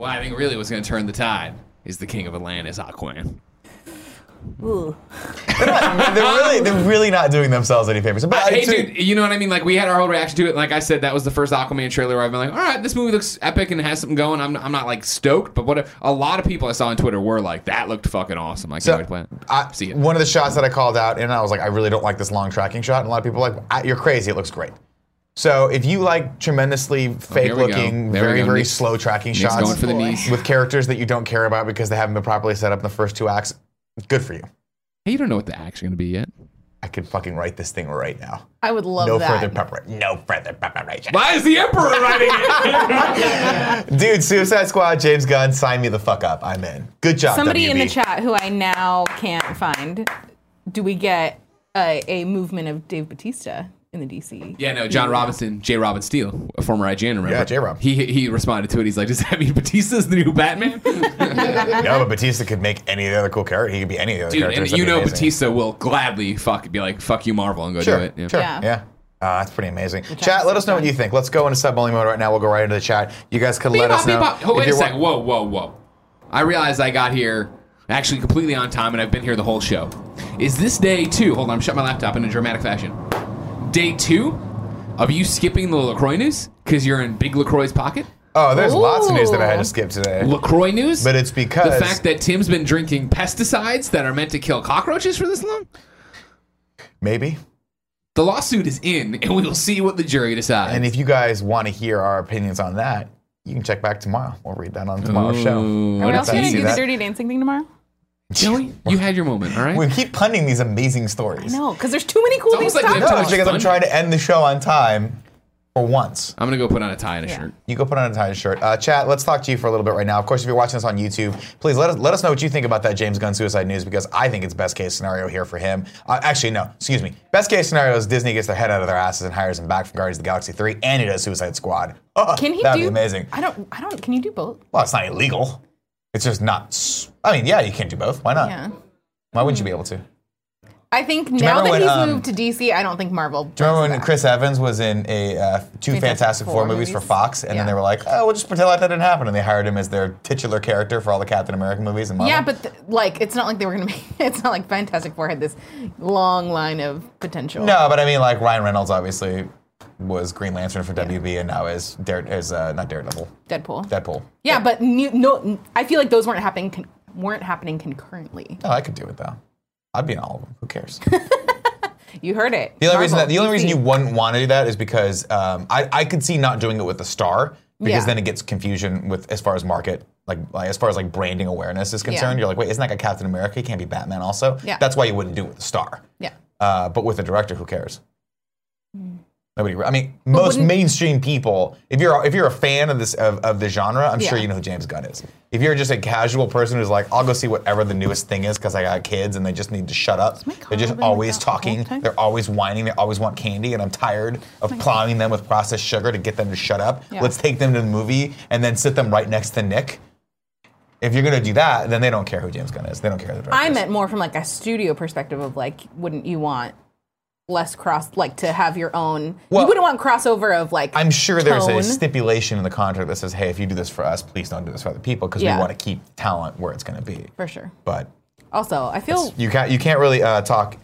Speaker 4: Well, I think really what's going to turn the tide is the king of Atlantis, Aquan.
Speaker 1: they're really, they're really not doing themselves any favors. But I-
Speaker 4: hey,
Speaker 1: to-
Speaker 4: dude, you know what I mean? Like, we had our whole reaction to it. Like I said, that was the first Aquaman trailer where I've been like, all right, this movie looks epic and has something going. I'm, I'm not, like, stoked, but what a, a lot of people I saw on Twitter were like, that looked fucking awesome. I can't wait to play it.
Speaker 1: I, One of the shots that I called out, and I was like, I really don't like this long tracking shot. And a lot of people are like, "Ah, you're crazy. It looks great. So if you like tremendously fake
Speaker 4: Oh, we go.
Speaker 1: looking,
Speaker 4: There we
Speaker 1: very
Speaker 4: go.
Speaker 1: very
Speaker 4: Nick's-
Speaker 1: slow tracking
Speaker 4: Nick's
Speaker 1: shots
Speaker 4: going for the Boy. knees.
Speaker 1: with characters that you don't care about because they haven't been properly set up in the first two acts, good for you.
Speaker 4: Hey, you don't know what the act's going to be yet.
Speaker 1: I could fucking write this thing right now.
Speaker 2: I would love
Speaker 1: no
Speaker 2: that.
Speaker 1: further preparation. No further preparation.
Speaker 4: Why is the emperor writing
Speaker 1: Dude, Suicide Squad, James Gunn, sign me the fuck up. I'm in. Good job.
Speaker 2: Somebody in the
Speaker 1: WB.
Speaker 2: chat who I now can't find. Do we get a, a movement of Dave Batista in the DC?
Speaker 4: Yeah, no, John Robinson, J. Robin Steele, a former IGN, remember?
Speaker 1: Yeah, J. Rob.
Speaker 4: He, he responded to it. He's like, does that mean Batista's the new Batman?
Speaker 1: No, but Batista could make any of the other cool character. He could be any of the other
Speaker 4: Dude,
Speaker 1: characters.
Speaker 4: and
Speaker 1: That'd
Speaker 4: you
Speaker 1: be
Speaker 4: know
Speaker 1: amazing.
Speaker 4: Batista will gladly fuck be like, fuck you, Marvel, and go
Speaker 1: Sure,
Speaker 4: do it.
Speaker 1: sure,
Speaker 2: Yeah.
Speaker 1: yeah. Uh, that's pretty amazing. Chat, let us know what you think. Let's go into sub only mode right now. We'll go right into the chat. You guys can let
Speaker 4: Bebop,
Speaker 1: us know.
Speaker 4: bebop. Oh,
Speaker 1: if
Speaker 4: wait a
Speaker 1: you're wa-
Speaker 4: second. Whoa, whoa, whoa. I realized I got here actually completely on time and I've been here the whole show. Is this day two? Hold on, I'm shutting my laptop in a dramatic fashion. Day two of you skipping the LaCroix news because you're in Big LaCroix's pocket?
Speaker 1: Oh, there's lots of news that I had to skip today.
Speaker 4: LaCroix news?
Speaker 1: But it's because
Speaker 4: The fact that Tim's been drinking pesticides that are meant to kill cockroaches for this long?
Speaker 1: Maybe.
Speaker 4: The lawsuit is in, and we will see what the jury decides.
Speaker 1: And if you guys want to hear our opinions on that, you can check back tomorrow. We'll read that on tomorrow's show.
Speaker 4: Ooh,
Speaker 2: Are we
Speaker 1: If
Speaker 2: also
Speaker 1: you
Speaker 2: gonna
Speaker 1: see
Speaker 2: do the
Speaker 1: that.
Speaker 2: dirty dancing thing tomorrow?
Speaker 4: Joey, you had your moment, all right?
Speaker 1: We keep punting these amazing stories.
Speaker 2: No, because there's too many cool things to talk
Speaker 1: No,
Speaker 2: about.
Speaker 1: it's because I'm trying to end the show on time for once.
Speaker 4: I'm gonna go put on a tie and a shirt.
Speaker 1: You go put on a tie and a shirt. Uh, chat, let's talk to you for a little bit right now. Of course, if you're watching this on YouTube, please let us let us know what you think about that James Gunn suicide news because I think it's best case scenario here for him. Uh, actually, no, excuse me. Best case scenario is Disney gets their head out of their asses and hires him back from Guardians of the Galaxy Three, and he does Suicide Squad. Oh,
Speaker 2: Can he
Speaker 1: that'd
Speaker 2: do?
Speaker 1: be amazing.
Speaker 2: I don't. I don't. Can you do both?
Speaker 1: Well, it's not illegal. It's just not. s- I mean, yeah, you can't do both. Why not?
Speaker 2: Yeah.
Speaker 1: Why wouldn't you be able to?
Speaker 2: I think
Speaker 1: you
Speaker 2: now
Speaker 1: remember
Speaker 2: that
Speaker 1: when,
Speaker 2: he's
Speaker 1: um,
Speaker 2: moved to DC, I don't think Marvel.
Speaker 1: Do you remember when Chris Evans was in a uh, two Fantastic, Four, movies for Fox, and then they were like, "Oh, we'll just pretend like that didn't happen," and they hired him as their titular character for all the Captain America movies and Marvel.
Speaker 2: Yeah, but th- like, it's not like they were gonna make. It's not like Fantastic Four had this long line of potential.
Speaker 1: No, but I mean, like Ryan Reynolds obviously was Green Lantern for WB, and now is Dare is uh, not Daredevil,
Speaker 2: Deadpool.
Speaker 1: Deadpool.
Speaker 2: yeah, but new, no, I feel like those weren't happening. Con- weren't happening concurrently.
Speaker 1: No, I could do it though. I'd be in all of them. Who cares?
Speaker 2: You heard it.
Speaker 1: The only reason
Speaker 2: Marvel,
Speaker 1: that the only
Speaker 2: DC.
Speaker 1: reason you wouldn't want to do that is because um, I I could see not doing it with the star because
Speaker 2: Yeah.
Speaker 1: then it gets confusion with as far as market like, like as far as like branding awareness is
Speaker 2: Yeah.
Speaker 1: concerned. You're like, wait, isn't that guy Captain America? He can't be Batman also.
Speaker 2: Yeah.
Speaker 1: That's why you wouldn't do it with the star.
Speaker 2: Yeah.
Speaker 1: Uh, but with the director, who cares?
Speaker 2: Mm.
Speaker 1: Nobody. I mean, most
Speaker 2: wouldn't-
Speaker 1: mainstream people. If you're if you're a fan of this of, of the genre, I'm sure
Speaker 2: Yeah.
Speaker 1: you know who James Gunn is. If you're just a casual person who's like, I'll go see whatever the newest thing is because I got kids and they just need to shut up. They're just always talking. They're always whining. They always want candy, and I'm tired of clowning them with processed sugar to get them to shut up.
Speaker 2: Yeah.
Speaker 1: Let's take them to the movie and then sit them right next to Nick. If you're gonna do that, then they don't care who James Gunn is. They don't care who the director.
Speaker 2: I meant more from like a studio perspective of like, wouldn't you want less cross, like to have your own? you wouldn't want crossover of like.
Speaker 1: I'm sure there's
Speaker 2: tone.
Speaker 1: a stipulation in the contract that says, "Hey, if you do this for us, please don't do this for other people because
Speaker 2: Yeah.
Speaker 1: we want to keep talent where it's going to be."
Speaker 2: for sure.
Speaker 1: But
Speaker 2: Also, I feel
Speaker 1: you can't you can't really uh, talk.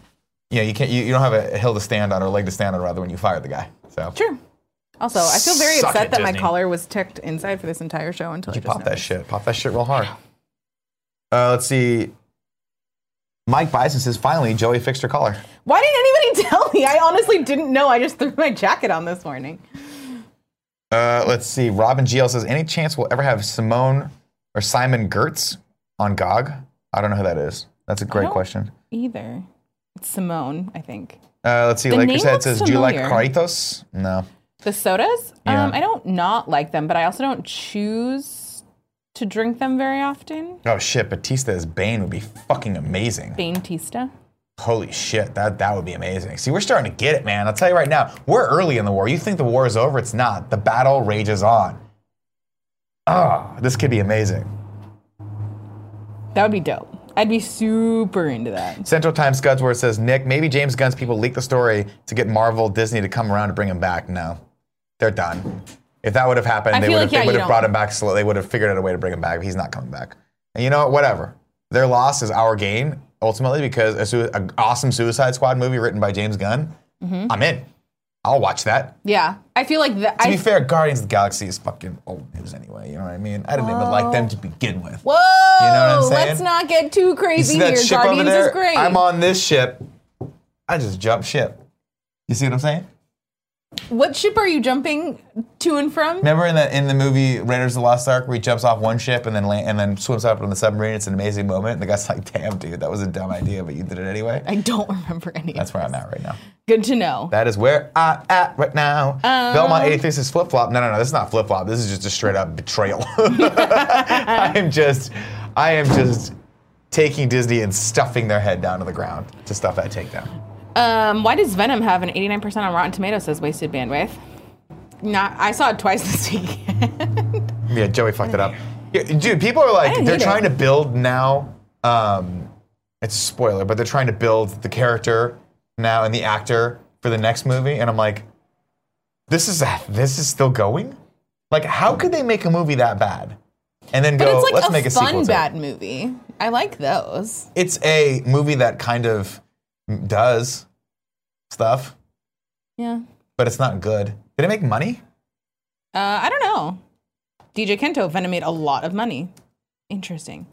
Speaker 1: You know, you can't you, you don't have a hill to stand on or a leg to stand on rather when you fire the guy. So
Speaker 2: sure. Also, I feel very
Speaker 1: Suck
Speaker 2: upset
Speaker 1: it,
Speaker 2: that my
Speaker 1: Disney.
Speaker 2: collar was tucked inside for this entire show until I just
Speaker 1: pop that shit. Pop that shit real hard. Uh, let's see. Mike Bison says, "Finally, Joey fixed her collar."
Speaker 2: Why didn't anybody tell me? I honestly didn't know. I just threw my jacket on this morning.
Speaker 1: Uh, let's see. Robin GL says, "Any chance we'll ever have Simone or Simon Gertz on GOG?" I don't know who that is. That's a great
Speaker 2: don't-
Speaker 1: question.
Speaker 2: Either. It's Simone, I think.
Speaker 1: Uh, let's see.
Speaker 2: The
Speaker 1: Lakers
Speaker 2: name
Speaker 1: head
Speaker 2: looks
Speaker 1: says, "Do you like
Speaker 2: familiar."
Speaker 1: Caritos?" No.
Speaker 2: The sodas?
Speaker 1: Yeah.
Speaker 2: Um, I don't not like them, but I also don't choose to drink them very often.
Speaker 1: Oh shit, Batista as Bane would be fucking amazing.
Speaker 2: Baintista.
Speaker 1: Holy shit, that that would be amazing. See, we're starting to get it, man. I'll tell you right now, we're early in the war. You think the war is over? It's not. The battle rages on. Ah, this could be amazing.
Speaker 2: That would be dope. I'd be super into that.
Speaker 1: Central Time Scudsworth says, Nick, maybe James Gunn's people leaked the story to get Marvel, Disney to come around to bring him back. No, they're done. If that would have happened,
Speaker 2: I
Speaker 1: they
Speaker 2: feel
Speaker 1: would
Speaker 2: like,
Speaker 1: have,
Speaker 2: yeah,
Speaker 1: they
Speaker 2: you
Speaker 1: would have
Speaker 2: don't-
Speaker 1: brought him back slow. They would have figured out a way to bring him back. He's not coming back. And you know what? Whatever. Their loss is our gain, ultimately, because a sui- an awesome Suicide Squad movie written by James Gunn,
Speaker 2: Mhm.
Speaker 1: I'm in. I'll watch that.
Speaker 2: Yeah, I feel like that.
Speaker 1: To
Speaker 2: I
Speaker 1: be fair, Guardians of the Galaxy is fucking old news anyway. You know what I mean? I didn't even like them to begin with.
Speaker 2: whoa.
Speaker 1: You know what I'm saying?
Speaker 2: Let's not get too
Speaker 1: You
Speaker 2: crazy
Speaker 1: see that
Speaker 2: here.
Speaker 1: ship
Speaker 2: Guardians
Speaker 1: over there?
Speaker 2: is great.
Speaker 1: I'm on this ship. I just jumped ship. You see what I'm saying?
Speaker 2: what ship are you jumping to and from?
Speaker 1: Remember in the in the movie Raiders of the Lost Ark, where he jumps off one ship and then land, and then swims up on the submarine. It's an amazing moment. And the guy's like, "Damn, dude, that was a dumb idea, but you did it anyway."
Speaker 2: I don't remember any.
Speaker 1: That's where I'm at right now.
Speaker 2: Good to know.
Speaker 1: That is where I'm at right now.
Speaker 2: Um,
Speaker 1: Belmont 83 says flip flop. No, no, no. This is not flip flop. This is just a straight up betrayal. I am just, I am just taking Disney and stuffing their head down to the ground to stuff that takedown.
Speaker 2: Um, why does Venom have an 89% on Rotten Tomatoes? Says wasted bandwidth. Not, I saw it twice this week.
Speaker 1: Yeah, Joey fucked it up. Yeah, dude, people are
Speaker 2: I
Speaker 1: like,
Speaker 2: didn't
Speaker 1: they're
Speaker 2: hate
Speaker 1: trying
Speaker 2: it.
Speaker 1: to build now. Um, it's a spoiler, but they're trying to build the character now and the actor for the next movie, and I'm like, this is this is still going. Like, how could they make a movie that bad? And then
Speaker 2: But
Speaker 1: go,
Speaker 2: it's like
Speaker 1: let's
Speaker 2: a
Speaker 1: make a sequel
Speaker 2: fun
Speaker 1: to it.
Speaker 2: bad movie. I like those.
Speaker 1: It's a movie that kind of does stuff,
Speaker 2: Yeah.
Speaker 1: but it's not good. Did it make money?
Speaker 2: Uh, I don't know. DJ Kento Venom made a lot of money. Interesting.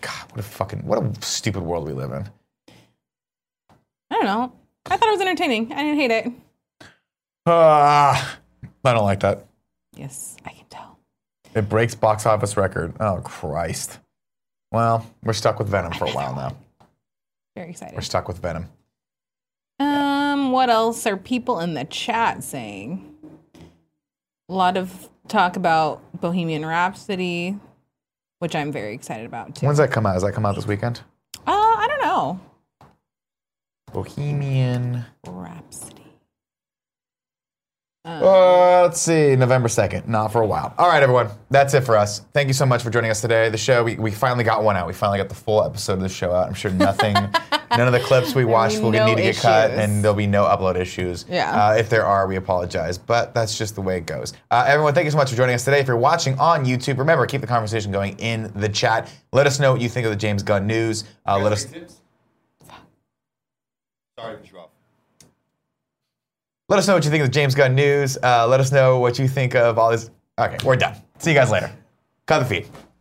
Speaker 1: What a fucking what a stupid world we live in.
Speaker 2: I don't know. I thought it was entertaining. I didn't hate it.
Speaker 1: Ah, I don't like that.
Speaker 2: Yes, I can tell.
Speaker 1: It breaks box office record. Oh Christ. Well, we're stuck with Venom for a while now.
Speaker 2: Very excited.
Speaker 1: We're stuck with Venom.
Speaker 2: Um, what else are people in the chat saying? A lot of talk about Bohemian Rhapsody, which I'm very excited about too.
Speaker 1: When's that come out? Does that come out this weekend?
Speaker 2: Uh, I don't know.
Speaker 1: Bohemian.
Speaker 2: Rhapsody.
Speaker 1: Uh, let's see, November 2nd. Not for a while. All right, everyone. That's it for us. Thank you so much for joining us today. The show, we, we finally got one out. We finally got the full episode of the show out. I'm sure nothing, none of the clips we watched will
Speaker 2: no
Speaker 1: need to get cut,
Speaker 2: issues.
Speaker 1: and there'll be no upload issues.
Speaker 2: Yeah.
Speaker 1: Uh, if there are, we apologize, but that's just the way it goes. Uh, everyone, thank you so much for joining us today. If you're watching on YouTube, remember, keep the conversation going in the chat. Let us know what you think of the James Gunn news. Uh, let us.
Speaker 13: Sorry to drop.
Speaker 1: Let us know what you think of the James Gunn news. Uh, let us know what you think of all this. Okay, we're done. See you guys later. Cut the feed.